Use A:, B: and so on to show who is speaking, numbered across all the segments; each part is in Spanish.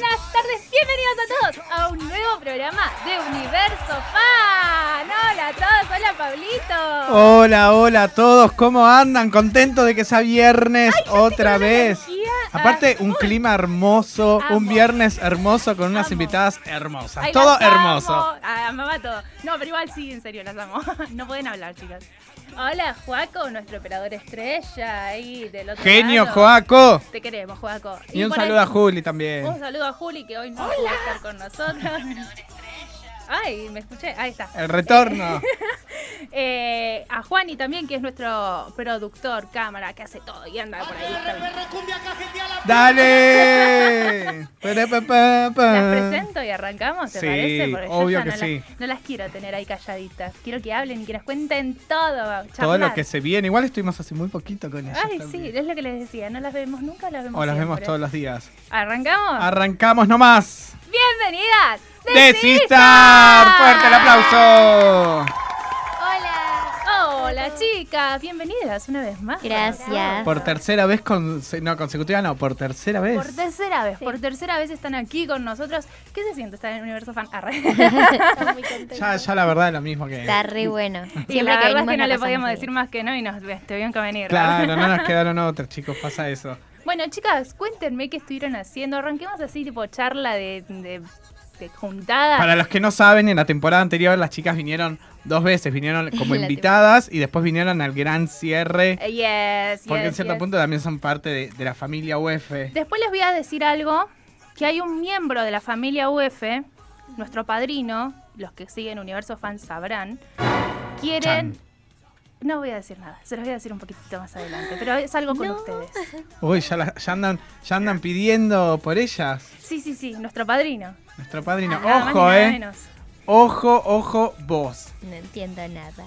A: tardes, bienvenidos a todos a un nuevo programa de Universo Fan. Hola a todos, hola Pablito.
B: Hola, hola a todos, ¿cómo andan? Contento de que sea viernes
A: Ay, yo
B: otra
A: tengo una
B: vez.
A: energía.
B: Aparte,
A: Ah,
B: un
A: uy.
B: clima hermoso,
A: Amo.
B: un viernes hermoso con unas
A: Amo.
B: invitadas hermosas.
A: Ay,
B: Todo
A: las
B: hermoso.
A: amo. Ah, mamá todo. No, pero igual sí, en serio, las amo. No pueden hablar, chicas. Hola, Juaco, nuestro operador estrella ahí del otro
B: Genio,
A: lado.
B: Joaco.
A: Te queremos, Juaco.
B: Y un
A: por
B: saludo a
A: ahí- Oh.
B: Juli también.
A: Un saludo a Juli, que hoy no pudo estar con nosotros. Ay, me escuché. Ahí está.
B: El retorno.
A: Eh, a Juani también, que es nuestro productor, cámara, que hace todo y anda por ahí. también.
B: ¡Dale! Pere, pa, pa, pa.
A: Las presento y arrancamos, ¿te
B: Sí,
A: parece? Porque yo
B: obvio
A: ya
B: que
A: no,
B: sí.
A: las, no las quiero tener ahí calladitas. Quiero que hablen y que nos cuenten todo.
B: Todo lo
A: charlar.
B: que se viene. Igual estuvimos hace muy poquito con ellas.
A: Ay, sí,
B: también.
A: es lo que les decía. No las vemos nunca, las vemos
B: O las vemos
A: siempre. Ah.
B: todos los días.
A: ¿Arrancamos?
B: Arrancamos nomás.
A: ¡Bienvenidas!
B: ¡Desistar!
A: ¡Desistas!
B: ¡Fuerte el aplauso!
C: Hola.
A: Hola, chicas. Bienvenidas una vez más.
C: Gracias.
B: Por tercera vez con no consecutiva no, por tercera vez.
A: Por tercera vez, por tercera vez están aquí con nosotros. ¿Qué se siente estar en el universo fan? Arre.
C: Estoy muy contenta.
B: ya, ya la verdad es lo mismo que.
C: Está re bueno.
A: y la verdad es que no le podíamos
C: podíamos
A: decir más que no y nos tuvieron que venir.
B: Claro, no nos quedaron otras, chicos, pasa eso.
A: Bueno, chicas, cuéntenme qué estuvieron haciendo. Arranquemos así, tipo charla de, de, de juntada.
B: Para los que no saben, en la temporada anterior las chicas vinieron dos veces, vinieron como
C: La
B: invitadas y después vinieron al gran cierre.
A: Eh, Yes,
B: Porque
A: yes,
B: en cierto
A: yes.
B: punto también son parte de, de la familia UF.
A: Después les voy a decir algo, que hay un miembro de la familia UF, nuestro padrino, los que siguen Universo Fan sabrán, quieren...
B: Chan.
A: No voy a decir nada, se los voy a decir un poquitito más adelante, pero es algo con ustedes.
B: Uy, ya, la- ya andan, ya andan pidiendo por ellas.
A: Sí, sí, sí, nuestro padrino.
B: Nuestro padrino.
A: Nada más ni
B: ojo,
A: nada
B: eh.
A: menos.
B: Ojo, ojo, vos.
C: No entiendo nada.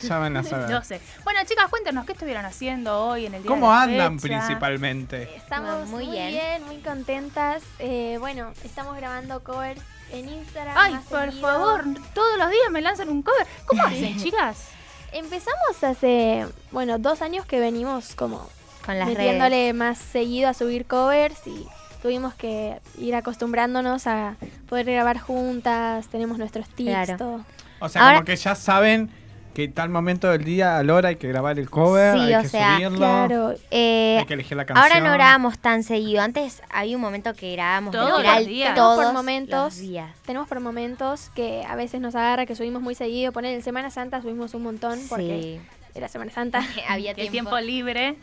B: Ya van a saber.
A: Yo sé. Bueno, chicas, cuéntenos qué estuvieron haciendo hoy en el día
B: ¿Cómo
A: de la
B: andan
A: fecha?
B: principalmente?
D: Estamos
C: Muy
D: muy,
C: bien.
D: bien. muy contentas. Eh, bueno, estamos grabando covers en Instagram.
A: Ay,
D: más
A: por
D: seguido.
A: favor, todos los días me lanzan un cover. ¿Cómo hacen, chicas?
D: Empezamos hace, bueno, dos años que venimos como
C: Con las redes.
D: metiéndole más seguido a subir covers y tuvimos que ir acostumbrándonos a poder grabar juntas. Tenemos nuestros tips,
C: Claro.
D: todo.
B: O sea,
C: Ahora-
B: como que ya saben que tal momento del día, a la hora, hay que grabar el cover,
C: Sí,
B: hay
C: o
B: que
C: sea,
B: subirlo,
D: Claro.
C: Eh,
B: hay que elegir la canción.
C: ahora no grabamos tan seguido. Antes había un momento que grabábamos
A: Todos
C: literal
A: los días.
C: todos
D: Por momentos.
C: los días.
D: Tenemos por momentos que a veces nos agarra que subimos muy seguido. Poner en Semana Santa subimos un montón porque
C: Sí.
D: era Semana Santa.
C: Había
A: El
C: tiempo.
A: tiempo libre.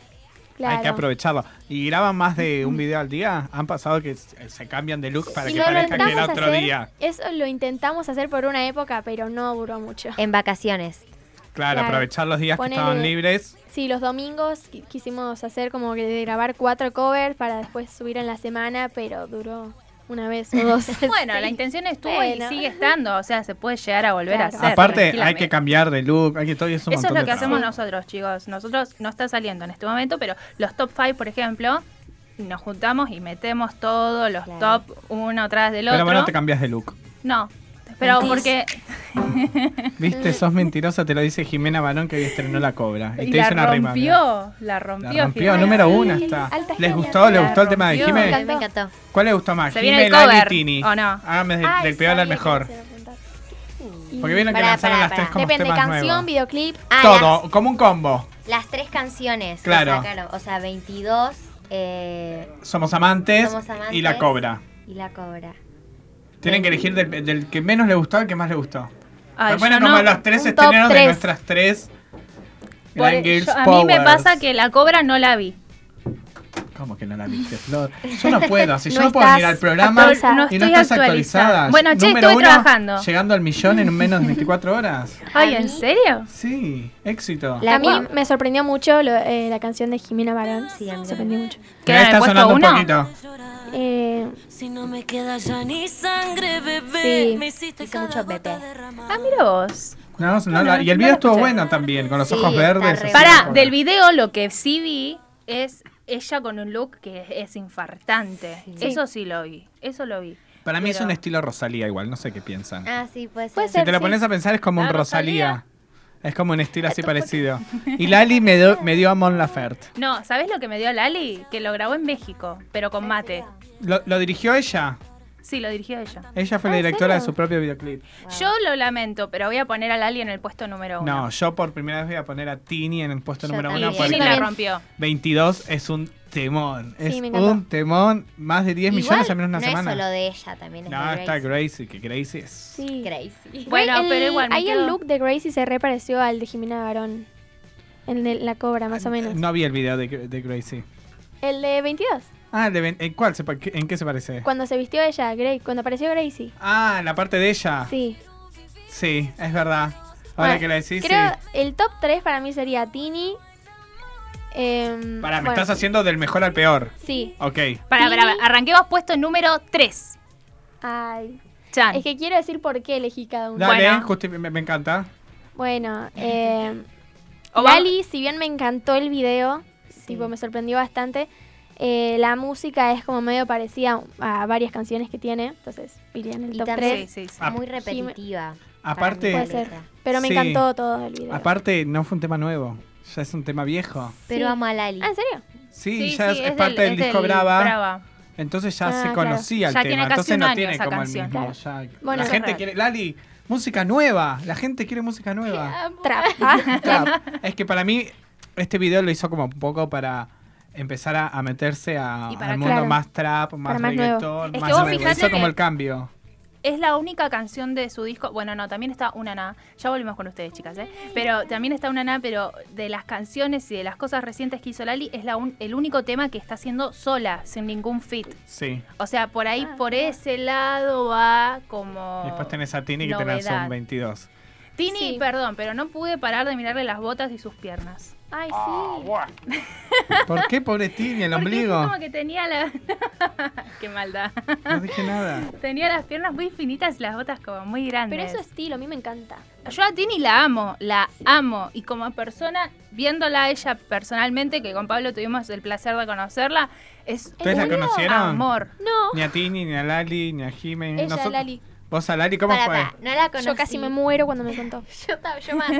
D: Claro.
B: Hay que aprovecharlo. ¿Y graban más de
C: Mm.
B: un video al día? ¿Han pasado que eh, se se cambian de look para
D: Y
B: que
D: lo
B: parezca que era
D: intentamos
B: otro
D: hacer,
B: día?
D: Eso lo intentamos hacer por una época, pero no duró mucho.
B: Eh.
C: En vacaciones.
B: Claro,
D: Claro.
B: aprovechar los días
D: Ponele-
B: que estaban libres.
D: Sí, los domingos qui- quisimos hacer como que de grabar cuatro covers para después subir en la semana, pero duró una vez o dos.
A: Bueno, la intención estuvo y
D: Bueno.
A: sigue estando, o sea, se puede llegar a volver a
D: Claro.
A: hacer.
B: Aparte, hay
A: tranquilamente.
B: que cambiar de look, hay que todo y es un
A: Eso es
B: montón
A: lo que
B: de
A: hacemos
B: trabajo.
A: nosotros, chicos. Nosotros no está saliendo en este momento, pero los top 5, por ejemplo, nos juntamos y metemos todos los
C: Claro.
A: top uno atrás del
B: Pero
A: otro.
B: bueno, te cambias de look.
A: no, pero porque
B: Viste, sos mentirosa, te lo dice Jimena Barón que hoy estrenó La Cobra. Y,
A: y
B: te
A: la,
B: hizo una rima. mirá.
A: rompió, la rompió,
B: La rompió,
A: Jimena.
B: número uno está.
D: Altas
B: ¿Les
D: genias.
B: gustó? ¿Les
A: La
B: gustó el tema de
A: rompió.
C: A
B: Jimé?
C: mí me encantó.
B: ¿cuál le gustó más?
A: Se viene
B: Jimé,
A: el
B: Lali,
A: cover,
B: Tini. Ah,
A: ¿o no?
B: Hágame del,
D: Ay,
B: del peor al
D: sabía que
B: mejor. Uh.
D: se iba a preguntar.
B: Porque vieron que
C: Pará,
B: lanzaron
C: pará,
B: las tres
C: pará.
B: como
D: Depende,
B: temas
D: canción,
B: nuevos.
D: videoclip.
C: Ah,
B: Todo, como un combo.
C: Las, las tres canciones. que
B: Claro.
C: sacaron. O sea, 22 eh,
B: Somos amantes,
C: Somos amantes.
B: y la cobra.
C: y la cobra.
B: Tienen que elegir del, del que menos le gustó al que más le gustó.
A: Ay,
B: Pero bueno,
A: yo
B: como
A: no.
B: los tres
D: un top
B: estrenaron de
D: tres.
B: nuestras tres.
A: Por- e-,
B: Grand Girls
A: yo- a mí
B: Powers.
A: me pasa que la cobra no la vi.
B: ¿Cómo que no la viste, Flor? Yo no puedo, así yo
D: No
B: no puedo
D: estás
B: mirar el programa
D: actualizada. No
B: y no
A: estoy
B: estás
A: actualizada.
B: actualizada.
A: Bueno, che,
B: Número
A: estuve
B: uno,
A: trabajando.
B: Llegando al millón en menos de 24 horas.
A: Ay,
C: mí-
A: ¿en serio?
B: Sí, éxito.
C: La
D: a mí
C: cua-
D: me sorprendió mucho lo- eh, la canción de Jimena Barón.
C: Sí, a mí
D: me sorprendió mucho.
A: ¿Qué,
B: Mirá,
A: en el
B: está
A: puesto
B: sonando
A: uno?
B: un poquito.
D: Eh,
E: Si no me queda ya ni sangre, bebé.
D: Sí,
E: me hiciste
C: hice mucho bebé.
A: Ah, mira vos.
B: No, no, no, y el video estuvo bueno también, con los
C: Sí,
B: ojos
C: está
B: verdes.
C: re
B: así,
C: bueno.
A: Para,
B: como-
A: del video lo que sí vi es ella con un look que es, es infartante.
C: Sí.
A: Eso sí lo vi, eso lo vi.
B: Para mí es
A: Pero-
B: un estilo Rosalía igual, no sé qué piensan.
C: Ah, sí, puede ser.
D: Puede
B: Si te lo
D: sí.
B: pones a pensar es como un
A: Ah,
B: Rosalía. Es como un estilo así parecido. Y Lali me dio, me dio a Mon Laferte.
A: No, ¿sabes lo que me dio Lali? Que lo grabó en México, pero con mate.
B: ¿Lo, lo dirigió ella?
A: Sí, lo dirigía ella.
B: Ella fue la
D: Ah, ¿en
B: directora de
D: serio?
B: su propio videoclip.
A: Yo lo lamento, pero voy a poner a Lali en el puesto número uno.
B: No, yo por primera vez voy a poner a Tini en el puesto
C: Yo
B: número
C: también.
B: uno.
A: Tini
B: porque
D: Yo
A: la
D: también.
A: rompió.
B: 22 es un temón.
D: Sí,
B: Es
D: me encantó.
B: un temón. Más de 10 millones
C: Igual,
B: al menos una
C: no
B: semana.
C: es solo de ella, también es
B: no,
C: de
B: está
C: Gracie.
B: Gracie, que Gracie es.
D: Sí.
C: Gracie.
A: Bueno,
D: Güey, el-
A: pero igual. me
D: Ahí
A: quedo-
D: el look de Gracie se repareció al de Jimena Barón. El de la cobra, más o menos.
B: No vi el video de, de Gracie.
D: El de 22.
B: Ah, el de Ben- ¿en cuál? se pa- ¿En qué se parece?
D: Cuando se vistió ella, Grey, cuando apareció Gracie.
B: Ah, la parte de ella. Sí,
D: Sí.
B: es verdad. Ahora
D: Bueno,
B: que la decís,
D: Creo
B: sí.
D: el top 3 para mí sería Tini. em,
B: Pará, me
D: bueno,
B: estás haciendo del mejor al peor.
D: Sí.
B: Ok.
A: Pará, pará, pará. arranquemos puesto número 3.
D: Ay.
A: Chan.
D: Es que quiero decir por qué elegí cada uno.
B: Dale,
A: Bueno.
B: justi- me, me encanta.
D: Bueno, eh,
A: O vamos-
D: Lali, si bien me encantó el video, tipo me sorprendió bastante, eh, la música es como medio parecida a varias canciones que tiene, entonces iría en el
C: Y
D: top
C: también-
D: 3.
A: Sí, sí, sí.
B: Ah,
C: Muy repetitiva. para
B: aparte-
C: mí la
D: Puede ser.
C: letra.
D: Pero me
B: Sí.
D: encantó todo el video.
B: Aparte, no fue un tema nuevo. Ya es un tema viejo.
C: Pero
D: Sí.
C: amo a Lali.
D: Ah, ¿en serio?
B: Sí,
A: Sí,
B: ya
A: sí,
B: es,
A: es
B: es parte del,
A: es
B: disco Brava.
A: Brava.
B: Entonces ya
D: Ah,
B: se
D: claro.
B: conocía el
A: Ya
B: tema.
A: tiene casi
B: entonces
A: un
B: no
A: año
B: tiene
A: esa
B: como
A: canción.
B: el mismo.
D: Claro.
B: ya-
D: Bueno,
B: la
D: es
B: gente
A: verdad.
B: quiere. Lali, música nueva. La gente quiere música nueva.
D: Trap. Ah.
B: Claro. Es que para mí, este video lo hizo como un poco para empezar a, a meterse a,
A: Y para-
B: al mundo
D: Claro.
B: más trap, más,
D: Para más nuevo.
B: reggaetón,
A: Es que
B: más
A: vos
B: nuevo.
A: fijate
B: Hizo
A: que-
B: como el cambio.
A: Es la única canción de su disco. Bueno, no, también está Una Na. Ya volvemos con ustedes, chicas, ¿eh? Pero también está Una Na, pero de las canciones y de las cosas recientes que hizo Lali, es la un- el único tema que está haciendo sola, sin ningún fit.
B: Sí.
A: O sea, por
D: Ah,
A: ahí, por ese lado va como.
B: Y Después tenés a Tini que te lanzó
A: novedad.
B: un 22.
A: Tini,
D: Sí.
A: perdón, pero no pude parar de mirarle las botas y sus piernas.
D: Ay,
C: Ah,
D: sí.
B: ¿Por qué, pobre Tini, el
A: Porque fue
B: ombligo?
A: como que tenía la. Qué maldad.
B: No dije nada.
A: Tenía las piernas muy finitas y las botas como muy grandes.
D: Pero eso estilo, a mí me encanta.
A: Yo a Tini la amo, la amo. Y como persona, viéndola a ella personalmente, que con Pablo tuvimos el placer de conocerla, es
B: ¿Ustedes la
A: un
B: conocieron?
A: amor.
D: No.
B: Ni a Tini, ni a Lali, ni a Jimé.
D: Ella,
B: Nosotros-
D: Lali.
B: ¿Vos a Lali cómo
C: Pará,
B: fue?
C: pará, no la conocí.
D: Yo casi me muero cuando me contó.
C: Yo, ta- yo más.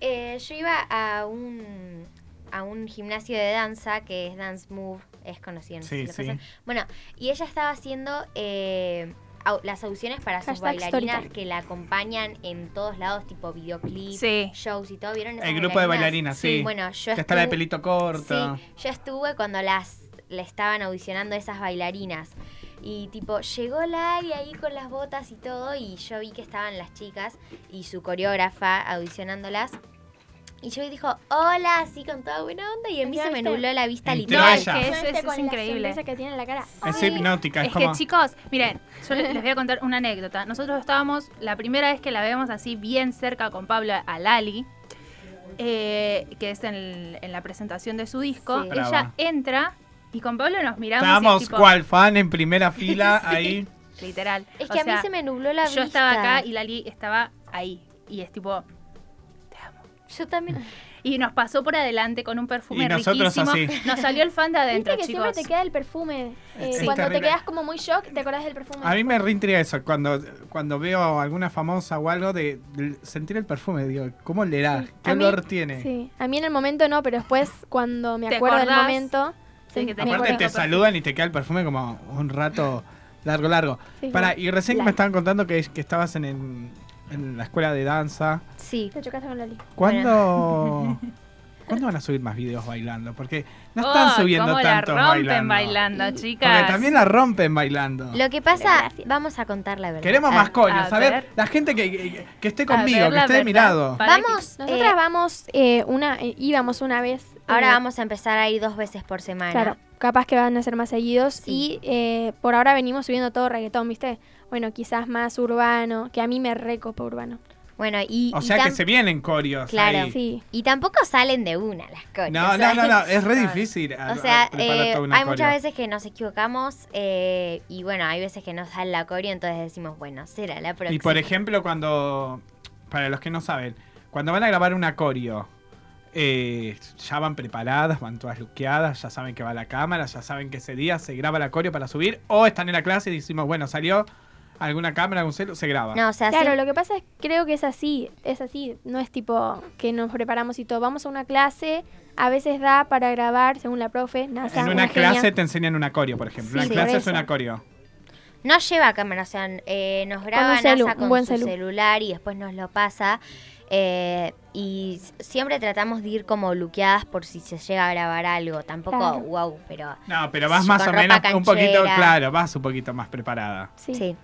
C: Eh, yo iba a un, a un gimnasio de danza que es Dance Move, es conocido. no sé
B: Sí,
C: si lo
B: sí.
C: conocen. Bueno, y ella estaba haciendo eh, au- las audiciones para sus
D: Hashtag
C: bailarinas
D: Storytime.
C: que la acompañan en todo lados, tipo videoclip,
A: Sí.
C: shows y todo. ¿Vieron esas
B: El grupo de bailarinas, sí.
C: Bueno, yo
B: que está la de
C: estuve-
B: pelito corto.
C: Sí, yo estuve cuando las le estaban audicionando esas bailarinas. Y tipo, llegó Lali ahí con las botas y todo, y yo vi que estaban las chicas y su coreógrafa audicionándolas. Y yo dijo, hola, así con toda buena onda, y a mí
D: Ya
C: se me
D: viste.
C: nubló la vista
B: Entró
A: No,
C: literal.
A: es que eso,
D: Solamente
A: eso
D: con
A: es
D: la
A: increíble.
D: sonrisa que tiene en la cara. Ah,
B: Es
D: Ay,
B: hipnótica, es,
A: Es que
B: como.
A: chicos, miren, yo le- les voy a contar una anécdota. Nosotros estábamos, la primera vez que la vemos así bien cerca con Pablo a Lali, eh, que es en, el- en la presentación de su disco,
C: Sí.
A: ella
B: Brava.
A: entra y con Pablo nos miramos. y es
B: Estábamos
A: tipo,
B: cual fan en primera fila ahí.
A: Literal.
C: Es
A: O
C: que a mí
A: sea,
C: se me nubló la vista.
A: Yo estaba acá y Lali estaba ahí. Y es tipo,
C: Yo también.
A: Y nos pasó por adelante con un perfume
B: Y nosotros
A: riquísimo.
B: así.
A: Nos salió el fan de adentro,
D: Viste que
A: chicos.
D: siempre te queda el perfume. Eh,
B: Sí,
D: cuando te
B: terrible.
D: quedas como muy shock, te acordás del perfume.
B: A mí me reintriga eso. Cuando, cuando veo alguna famosa o algo, de, de sentir el perfume, digo, ¿cómo le da? ¿Qué
D: A mí-
B: olor tiene?
D: Sí, a mí en el momento no, pero después cuando me
A: ¿Te
D: acuerdo del
A: acordás?
D: momento...
A: Sí, que
D: me
A: tenés
B: Aparte,
A: Bueno,
D: acuerdo.
B: te
A: perfume.
B: saludan y te queda el perfume como un rato largo, largo.
D: Sí,
B: Pará,
D: bueno.
B: y recién que
D: Largo.
B: me estaban contando que, que estabas en, el- en la escuela de danza.
C: Sí.
D: Te chocaste con Lali.
B: ¿Cuándo, ¿Cuándo van a subir más videos bailando? Porque no
A: Oh,
B: están subiendo
A: cómo
B: tantos
A: la rompen bailando, chicas.
B: Porque también la rompen bailando.
C: Lo que pasa, vamos a contar la verdad.
B: Queremos más
C: cosas.
B: coños.
A: a
B: A, ver,
A: ver.
B: la gente que, que, que esté
A: A ver,
B: conmigo, que
A: la
B: esté de mi
A: verdad,
B: lado.
A: para que-
C: Vamos. eh,
D: Nosotras vamos eh, una, eh, íbamos una vez. eh,
C: ahora vamos a empezar a ir dos veces por semana.
D: Claro, capaz que van a ser más seguidos
C: Sí.
D: y eh, por ahora venimos subiendo todo reggaetón, ¿viste? Bueno, quizás más urbano, que a mí me recopa urbano.
C: Bueno, y.
B: O
C: y
B: sea que
C: tam-
B: se vienen corios.
C: Claro.
B: ahí.
D: Sí.
C: Y tampoco salen de una las cosas.
B: No, no, no, no, es re difícil. a-
C: O sea,
B: a preparar
C: eh,
B: toda una
C: hay muchas
B: coreo.
C: veces que nos equivocamos eh, y bueno, hay veces que nos sale la coreo, entonces decimos, bueno, será la próxima.
B: Y por ejemplo, cuando. Para los que no saben, cuando van a grabar una coreo. eh, ya van preparadas, van todas luqueadas, ya saben que va la cámara, ya saben que ese día se graba la coreo para subir, o están en la clase y decimos, bueno, salió alguna cámara, algún celu, se graba.
C: No, o sea,
D: Claro,
C: sí,
D: lo que pasa es creo que es así, es así, no es tipo que nos preparamos y todo, vamos a una clase, a veces da para grabar según la profe, NASA,
B: en una
D: genia.
B: clase te enseñan una coreo, por ejemplo.
D: Sí,
B: Una
D: sí,
B: clase
D: por
B: es una
D: eso.
B: coreo.
C: No lleva cámara, o sea, eh, nos graba
D: un celu,
C: NASA
D: un
C: con
D: buen
C: su
D: celu.
C: celular y después nos lo pasa. eh, y s- siempre tratamos de ir como luqueadas por si se llega a grabar algo. Tampoco,
D: Claro.
C: wow, pero
B: No, pero vas
C: Sí,
B: más
C: con
B: o
C: ropa
B: menos un poquito,
C: canchera.
B: claro, vas un poquito más preparada.
D: Sí.
C: sí.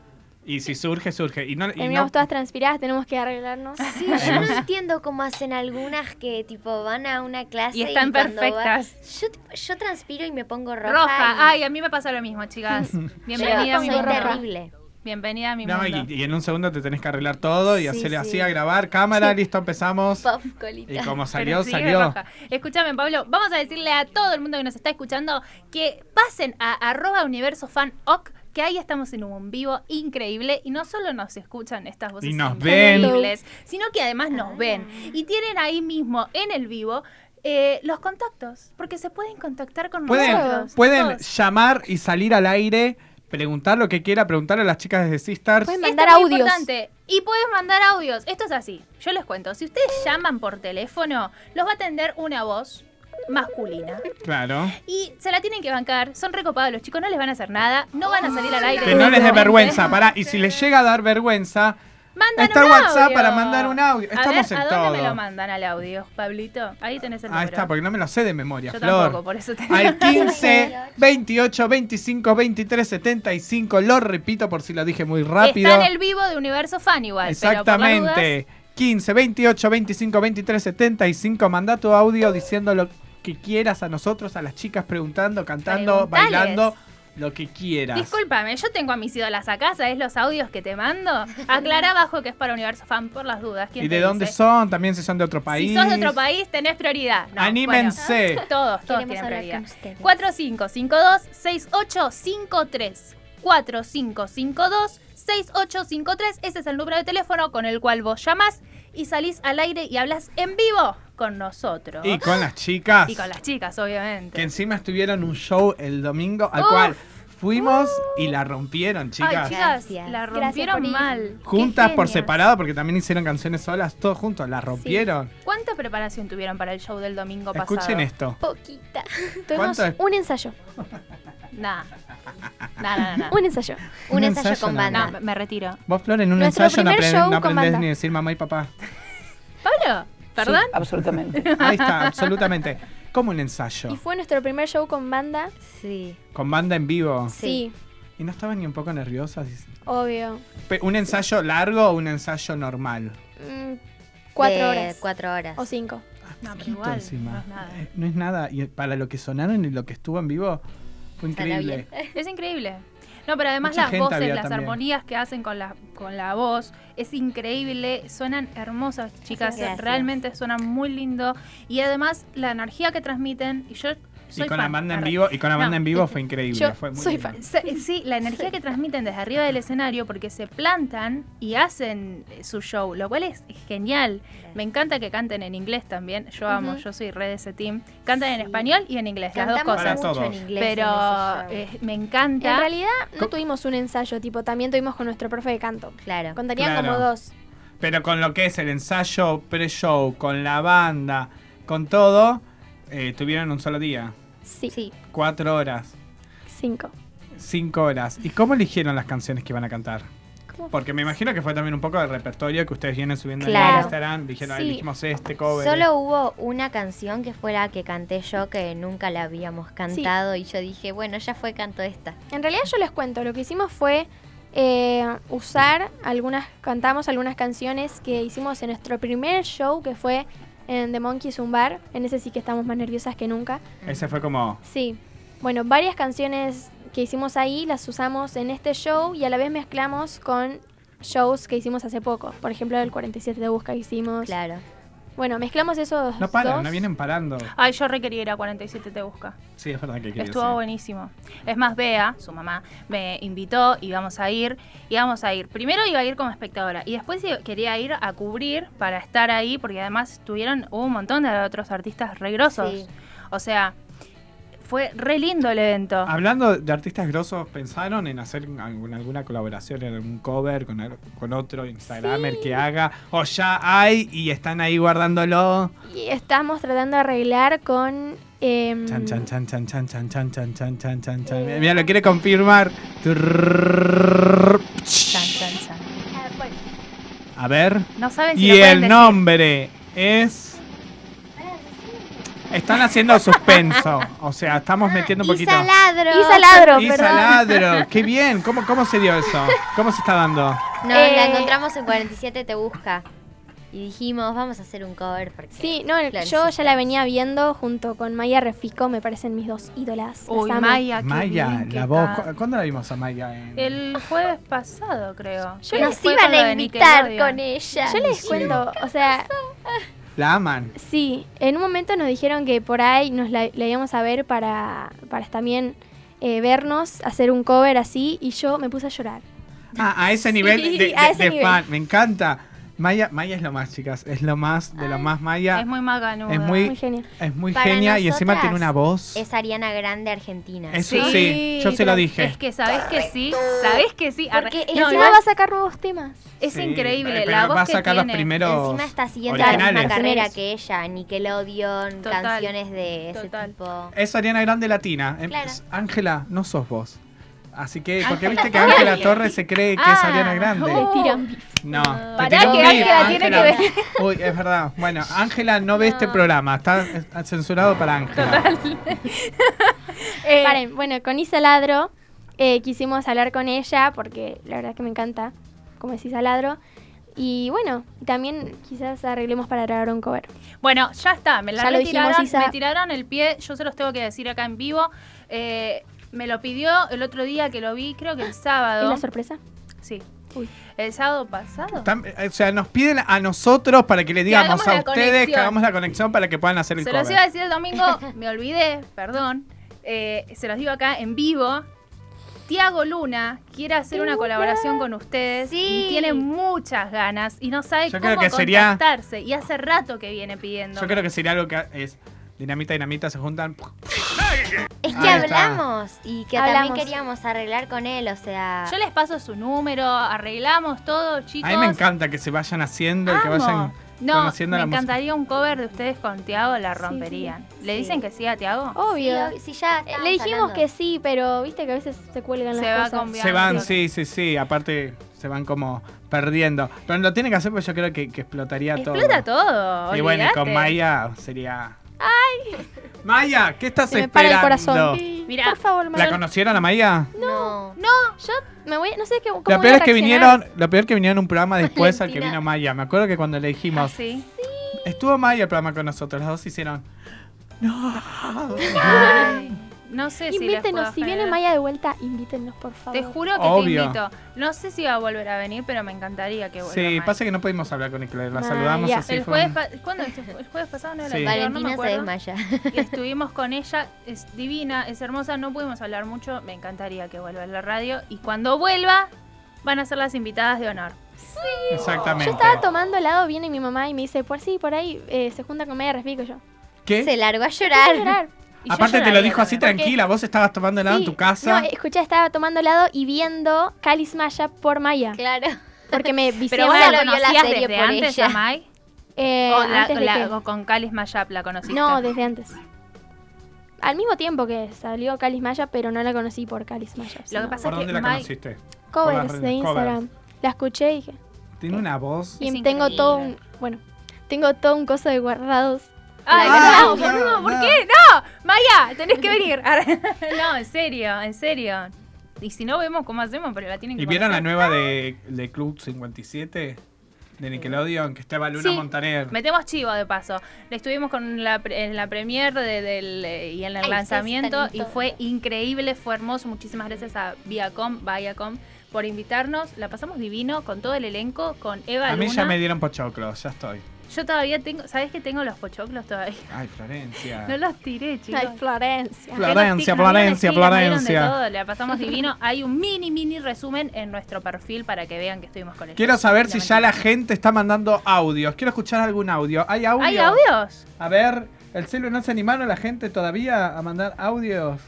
B: Y si surge, surge. Y no, y
D: Terminamos
B: no-
D: todas transpiradas, tenemos que arreglarnos.
C: Sí, yo
B: Em.
C: no entiendo cómo hacen algunas que tipo van a una clase
A: Y están
C: cuando va-
A: perfectas.
C: yo, tipo, yo transpiro y me pongo roja.
A: Roja.
C: y-
A: Ay, a mí me pasa lo mismo, chicas. Bienvenida a
C: yo
A: mi
C: soy
D: pongo
A: mundo.
D: roja.
C: terrible.
A: Bienvenida a mi
B: no,
A: mundo.
B: y, y en un segundo te tenés que arreglar todo y
C: Sí,
B: hacerle así
C: sí.
B: a grabar, cámara, listo, empezamos.
C: Pop,
B: Y
C: colita.
B: como
A: Pero
B: salió,
A: sí,
B: salió.
A: baja. Escúchame, Pablo, vamos a decirle a todo el mundo que nos está escuchando que pasen a arroba universo fan oc, que ahí estamos en un vivo increíble y no solo nos escuchan estas voces
B: Y nos ven.
A: increíbles, sino que además nos ven
D: Ah.
A: y tienen ahí mismo en el vivo eh, los contactos, porque se pueden contactar con
B: Pueden,
A: nosotros.
B: pueden
A: todos.
B: llamar y salir al aire, preguntar lo que quiera, preguntar a las chicas de Sisters.
D: Pueden-
A: Esto
D: mandar
A: es muy
D: audios.
A: importante. Y puedes mandar audios. Esto es así. Yo les cuento. Si ustedes llaman por teléfono, los va a atender una voz masculina.
B: Claro.
A: Y se la tienen que bancar. Son recopados los chicos, no les van a hacer nada, no van a salir al aire.
B: Que no les dé
A: directamente.
B: vergüenza, pará. Y si les llega a dar vergüenza,
A: Mandan
B: Está
A: un
B: WhatsApp
A: audio.
B: para mandar un audio. Estamos
A: a
B: en
A: ver, ¿A dónde me
B: todo.
A: lo mandan al audio, Pablito? Ahí tenés el
B: ahí
A: número.
B: está, porque no me lo sé de memoria,
A: Yo
B: Flor.
A: tampoco, por eso te
B: Al 15, 28, 25, 23, 75. Lo repito por si lo dije muy rápido.
A: Está en el vivo de Universo Fan igual. Pero por las dudas,
B: Exactamente. 15, 28, 25, 23, 75. Manda tu audio diciendo lo que quieras a nosotros, a las chicas, preguntando, cantando,
A: Preguntales.
B: bailando, lo que quieras.
A: Discúlpame, yo tengo a mis ídolas acá, ¿sabes los audios que te mando? Aclara abajo que es para Universo Fan por las dudas. ¿Quién
B: ¿Y
A: te
B: de dónde
A: dice?
B: son? También si son de otro país.
A: Si sos de otro país, tenés prioridad. No,
B: Anímense.
A: bueno, todos, todos
C: Queremos
A: tienen
C: hablar
A: prioridad.
C: con ustedes.
A: 4552-6853. 4552-6853. Ese es el número de teléfono con el cual vos llamás y salís al aire y hablas en vivo con nosotros.
B: Y con las chicas.
A: Y con las chicas, obviamente.
B: Que encima estuvieron en un show el domingo al
A: Uf.
B: cual fuimos y la rompieron,
A: Ay,
B: chicas.
A: chicas,
C: Gracias.
A: la
D: por
A: rompieron
D: ir.
A: mal.
B: Juntas
A: Qué
B: por
A: genias.
B: separado, porque también hicieron canciones solas, todos juntos, la rompieron.
A: ¿Cuánta preparación tuvieron para el show del domingo pasado?
B: Escuchen esto.
C: Poquita.
D: Tuvimos
B: ¿Cuánto es?
D: un ensayo,
A: Nah. Nah, nah,
B: Ah.
A: nah, nah.
D: un ensayo.
C: Un ensayo con
B: nada
A: Nah,
B: más.
C: banda.
A: me- me retiro.
B: Vos, Flor, en un
D: Nuestro
B: ensayo no
D: primer
B: aprendés,
D: show
B: no
D: con
B: aprendés
D: banda.
B: ni decir mamá y papá.
A: Pablo, ¿perdón?
F: Sí, absolutamente.
B: Ahí está, absolutamente. Como un ensayo.
D: Y fue nuestro primer show con banda.
A: Ah,
C: Sí.
B: Con banda en vivo.
C: Sí.
D: Sí,
B: ¿Y no estaban ni un poco nerviosas?
D: obvio.
B: Pe- ¿Un ensayo largo o un ensayo normal?
D: Mm, cuatro
C: De
D: horas.
C: Eh, Cuatro horas.
D: O cinco.
A: No, pero
B: Poquito
A: igual,
B: encima.
A: no es nada.
B: Eh, No es nada. Y para lo que sonaron y lo que estuvo en vivo, fue
C: Estará
B: increíble.
A: Es increíble. No, pero además
B: Mucha
A: las
B: gente
A: voces,
B: había
A: las
B: también.
A: armonías que hacen con la, con la voz, es increíble, suenan hermosas, chicas,
C: Gracias.
A: realmente suenan muy lindo y además la energía que transmiten, y yo soy
B: y con
A: fan,
B: la banda en
A: arre.
B: vivo, y con la banda
A: No.
B: en vivo fue increíble.
D: Yo
B: fue muy
D: soy
B: lindo.
D: fan.
A: Se- Sí, la energía que transmiten desde arriba del escenario porque se plantan y hacen eh, su show, lo cual es genial. Me encanta que canten en inglés también, yo amo,
D: Ujú.
A: yo soy re de ese team. Cantan en
C: Sí.
A: español y en inglés, las dos
C: Cantamos
A: cosas.
B: Para
C: mucho en
B: todos.
C: inglés. en
A: Pero
C: ese show.
A: eh, me encanta.
D: En realidad no
B: Co-
D: tuvimos un ensayo, tipo, también tuvimos con nuestro profe de canto.
C: claro.
D: Contarían
B: Claro.
D: como dos.
B: Pero con lo que es el ensayo pre-show, con la banda, con todo, eh, tuvieron un solo día.
D: Sí,
C: Sí.
B: Cuatro horas,
D: cinco.
B: cinco horas. ¿Y cómo eligieron las canciones que iban a cantar? Porque me imagino que fue también un poco del repertorio que ustedes vienen subiendo en
C: Claro.
B: Instagram. Dijeron,
D: Sí.
B: elegimos este cover.
C: Solo hubo una canción que fue la que canté yo que nunca la habíamos cantado y yo dije, bueno, ya fue canto esta.
D: En realidad yo les cuento, lo que hicimos fue eh, usar algunas, cantamos algunas canciones que hicimos en nuestro primer show que fue en The Monkeys Un Bar. En ese sí que estamos más nerviosas que nunca.
B: Ese fue como.
D: Sí. Bueno, varias canciones que hicimos ahí las usamos en este show y a la vez mezclamos con shows que hicimos hace poco. Por ejemplo, el 47 de Busca que hicimos.
C: Claro.
D: Bueno, mezclamos esos
B: No paran,
D: dos.
B: no vienen parando.
A: Ay, yo requería ir a 47 Te Busca.
B: Sí, es verdad que quería
A: Estuvo
B: decir.
A: buenísimo. Es más, Bea, su mamá, me invitó y vamos a ir. Y vamos a ir. Primero iba a ir como espectadora y después i- quería ir a cubrir para estar ahí porque además estuvieron hubo un montón de otros artistas regrosos.
C: Sí.
A: O sea, fue re lindo el evento.
B: Hablando de artistas grosos, ¿pensaron en hacer alguna, alguna colaboración, en algún cover con, al- con otro Instagramer que haga? ¿O ya hay y están ahí guardándolo?
D: Mm. Y estamos tratando de arreglar con em,
B: Chan, chan, chan, chan, chan, chan, chan, chan, chan, chan, chan, chan. Mira, lo quiere confirmar. Turrrrrrr.
A: Chan, chan, chan.
D: ah, bueno,
B: A ver.
A: No sabes si
B: Y
A: lo pueden
B: el
A: decir.
B: nombre es. Están haciendo suspenso. O sea, estamos metiendo un poquito.
C: Isa Ladro.
D: Isa Ladro,
B: Isa
D: perdón.
B: Ladro. Qué bien. ¿Cómo, ¿Cómo se dio eso? ¿Cómo se está dando?
C: No,
D: Eh.
C: la encontramos en 47 Te Busca. Y dijimos, vamos a hacer un cover porque...
D: Sí,
A: Eh,
D: no, el-
C: Claro,
D: yo
C: sí.
D: ya la venía viendo junto con Maya Refico, me parecen mis dos ídolas. las
A: Uy,
D: amo.
A: Maya, Ah, qué
B: Maya,
A: bien que
B: la voz.
A: está.
B: ¿Cu- ¿Cuándo la vimos a Maya? En...
A: El jueves pasado, creo.
D: Yo
A: Creo
D: les
A: que fue
C: iban
A: con lo
C: a
A: de
C: invitar
A: Nickelodeon.
C: con ella.
D: Yo les
B: Sí.
D: cuento, o sea,
B: La aman.
D: sí, en un momento nos dijeron que por ahí nos la, la íbamos a ver para, para también eh, vernos, hacer un cover así, y yo me puse a llorar.
B: Ah, a ese nivel de, de-
D: a ese
B: de
D: nivel.
B: fan. Me encanta. Maya, Maya es lo más, chicas. Es lo más, de lo más Maya.
A: Es muy maganuda.
B: Es muy-
D: Muy genial.
B: Es muy
C: Para
B: genia y encima
C: nosotras
B: tiene una voz.
C: Es Ariana Grande Argentina.
B: Eso sí,
A: Sí,
B: yo se lo
D: pero
B: dije.
A: Es que sabés que sí, sabés que sí. Arre-
C: Porque
A: no,
D: Encima
A: igual
D: va a sacar nuevos temas.
A: es
B: Sí, eh,
A: increíble
B: pero
A: la voz
B: va a
A: que
B: sacar los
A: tiene.
B: primeros
C: Encima está siguiendo la
B: originales.
C: misma carrera que ella, Nickelodeon,
A: Total.
C: canciones de ese
A: Total.
C: tipo.
B: Es Ariana Grande Latina. Em-
C: Claro.
B: Ángela, no sos vos. Así que, porque
A: Ángela
B: viste que
A: Torres.
B: Ángela Torres se cree que es
A: Ah,
B: Ariana Grande.
A: uh.
D: Tiran
B: No. te
A: Pará,
B: tiró un
A: que
B: beef,
A: Ángela tiene que
B: Ángela. Uy, es verdad. Bueno, Ángela no ve este programa. Está eh, censurado para Ángela.
A: Eh,
D: Paren, bueno, con Isa Ladro eh, quisimos hablar con ella porque la verdad que me encanta como es Isa Ladro. Y bueno, también quizás arreglemos para grabar un cover.
A: Bueno, ya está, me la
D: Ya lo
A: retiraron,
D: dijimos, Isa.
A: me tiraron el pie, yo se los tengo que decir acá en vivo. Eh, me lo pidió el otro día que lo vi, creo que el
D: Ah, ¿Es
A: sábado.
D: la sorpresa?
A: Sí.
D: Uy.
A: El sábado pasado.
B: Tam- eh, O sea, nos piden a nosotros para que le digamos
A: hagamos
B: a
A: la
B: ustedes que
A: conexión.
B: hagamos la conexión para que puedan hacer el
A: Se
B: cover.
A: los iba a decir el domingo, me olvidé, perdón. Eh, se los digo acá en vivo. Tiago Luna quiere hacer una colaboración con ustedes
C: Sí.
A: y tiene muchas ganas y no sabe
B: Yo creo
A: cómo
B: que sería-
A: contactarse. Y hace rato que viene pidiendo.
B: Yo creo que sería algo que es dinamita, dinamita, se juntan.
C: Es
B: Ahí
C: que
B: está.
C: hablamos y que
D: Hablamos.
C: también queríamos arreglar con él, o sea...
A: Yo les paso su número, arreglamos todo, chicos.
B: A mí me encanta que se vayan haciendo y que
A: Amo.
B: vayan
A: No,
B: conociendo
A: me
B: la música.
A: encantaría un cover de ustedes con Tiago, la romperían. ¿Le
C: Sí.
A: dicen que sí a Tiago?
B: Oh,
C: Sí,
D: Obvio.
C: ob- sí, ya
D: Eh, Le dijimos que sí, pero viste que a veces se cuelgan
A: Se
D: las
A: va
D: cosas.
A: con
B: Se van,
A: Obviamente.
B: sí, sí, sí. Aparte, se van como perdiendo. Pero lo tienen que hacer porque yo creo que, que explotaría todo.
A: Explota todo.
B: Y bueno, y con
A: olvídate.
B: Maya sería. ¡Ay! Maya, ¿qué estás
D: Se me para el
B: esperando?
D: corazón.
A: Mirá,
D: Por favor,
B: ¿La
D: Manuel.
B: conocieron a Maya?
C: No.
D: No, yo me voy, no sé qué, cómo
B: Lo
D: voy
B: peor
D: a
B: es que
D: reaccionar.
B: vinieron, lo peor que vinieron a un programa después al que
C: Valentina.
B: vino Maya. Me acuerdo que cuando le
A: Ah,
B: dijimos,
D: Ah,
A: así.
B: estuvo Maya el programa con nosotros, las dos hicieron.
A: Ay, no sé si les
D: Invítenos,
A: puedo
D: si viene
A: generar.
D: Maya de vuelta, invítenos, por favor.
A: Te juro que
B: Obvio.
A: te invito. No sé si va a volver a venir, pero me encantaría que vuelva.
B: Sí,
A: Maya.
B: pasa que no pudimos hablar con Nicole, la
D: Maya.
B: saludamos así.
A: el
B: fue
A: jueves,
B: un-
A: pa- ¿cuándo? El jueves pasado no era
B: Sí.
A: el anterior, no me
C: Valentina se
A: acuerdo.
C: desmaya.
A: Y estuvimos con ella, es divina, es hermosa, no pudimos hablar mucho, me encantaría que vuelva a la radio y cuando vuelva van a ser las invitadas de honor.
B: Exactamente.
D: Yo estaba tomando helado, viene mi mamá y me dice, por sí, por ahí eh, se junta con Maya Refico yo.
B: ¿Qué?
C: Se largó a
D: Voy a
C: llorar.
D: llorar.
A: Y yo
B: Aparte te lo
A: lloraría
B: dijo así
A: también.
B: tranquila, vos estabas tomando helado
D: Sí,
B: en tu casa.
D: No, escuché, estaba tomando helado y viendo Calis Maya por Maya.
C: Claro.
D: Porque me vicié
A: Pero vos
D: mal.
A: la
C: lo vio la
A: conocías
C: serie
A: desde
C: por
A: antes,
C: ella.
A: a Mai?
D: Eh,
A: o la-
D: antes de
A: la-
D: que-
A: o con Calis Mayap la conociste.
D: No, desde antes. Al mismo tiempo que salió Calis Maya, pero no la conocí por Calis Maya.
A: Lo que
D: sino
A: pasa
B: ¿Por
A: es
B: dónde
A: que
B: la
A: Mai-
B: conociste? Por las
D: Covers
B: redes,
D: de Instagram. La escuché y dije.
B: Tiene una voz.
D: Y
A: Es
D: tengo
A: increíble.
D: todo un. Bueno, tengo todo un coso de guardados.
A: Ay,
B: Ah,
A: no,
B: no,
A: boludo, ¿por
B: no.
A: qué? No, Maya, tenés que venir. no, en serio, en serio. Y si no vemos cómo hacemos, pero la tienen que
B: ¿Y vieron la
A: conocer.
B: nueva de, de Club 57? De Nickelodeon, que estaba Luna
A: Sí.
B: Montaner.
A: Metemos chivo de paso. Estuvimos con la, pre- en la premier de- del, eh, y en el
C: Ay,
A: lanzamiento
C: ustedes
A: y
C: están en
A: fue increíble, fue hermoso. Muchísimas gracias a Viacom, Viacom por invitarnos. La pasamos divino con todo el elenco, con Eva
B: A mí
A: Luna.
B: ya me dieron pochoclos, ya estoy.
A: Yo todavía tengo, ¿sabes que tengo los pochoclos todavía?
B: Ay, Florencia.
A: No los tiré, chicos.
D: Ay, Florencia.
A: Que nos
B: Florencia,
A: ti- nos dieron
B: Florencia,
A: stickers, nos dieron de
B: Florencia.
A: todo, la pasamos divino. Hay un mini, mini resumen en nuestro perfil para que vean que estuvimos con ellos.
B: Quiero saber si ya la gente está mandando audios. Quiero escuchar algún audio. ¿Hay audio?
A: ¿Hay audios?
B: A ver, ¿el celu no se animaron la gente todavía a mandar audios?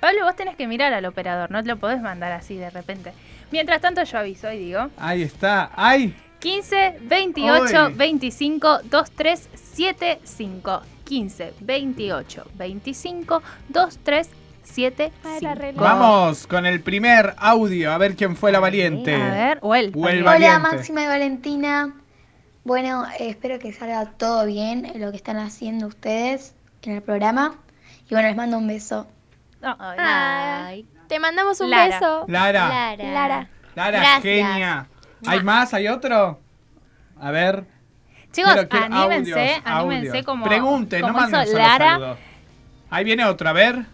A: Pablo, vos tenés que mirar al operador, no te lo podés mandar así de repente. Mientras tanto, yo aviso y digo:
B: Ahí está. ¡Ay!
A: 15 28
B: Hoy.
A: 25 23 75. 15 28 25 23 7
D: Ay, la reloj.
B: Vamos con el primer audio, a ver quién fue la valiente.
A: A ver, o él.
B: O
A: también.
B: el valiente.
F: Hola Máxima y Valentina. Bueno, eh, espero que salga todo bien en lo que están haciendo ustedes en el programa. Y bueno, les mando un beso.
A: No, ay,
C: Ay,
D: Te mandamos un
A: Lara.
D: beso.
B: Lara,
C: Lara.
D: Lara.
B: Lara,
C: Gracias.
B: genia. ¿Hay más? ¿Hay otro? A ver.
A: Chicos,
B: quiero- quiero
A: anímense,
B: audios,
A: anímense
B: audios.
A: como.
B: Pregunten,
A: como
B: no manden
A: hizo
B: solo
A: Lara.
B: saludos. Ahí viene otro, a ver.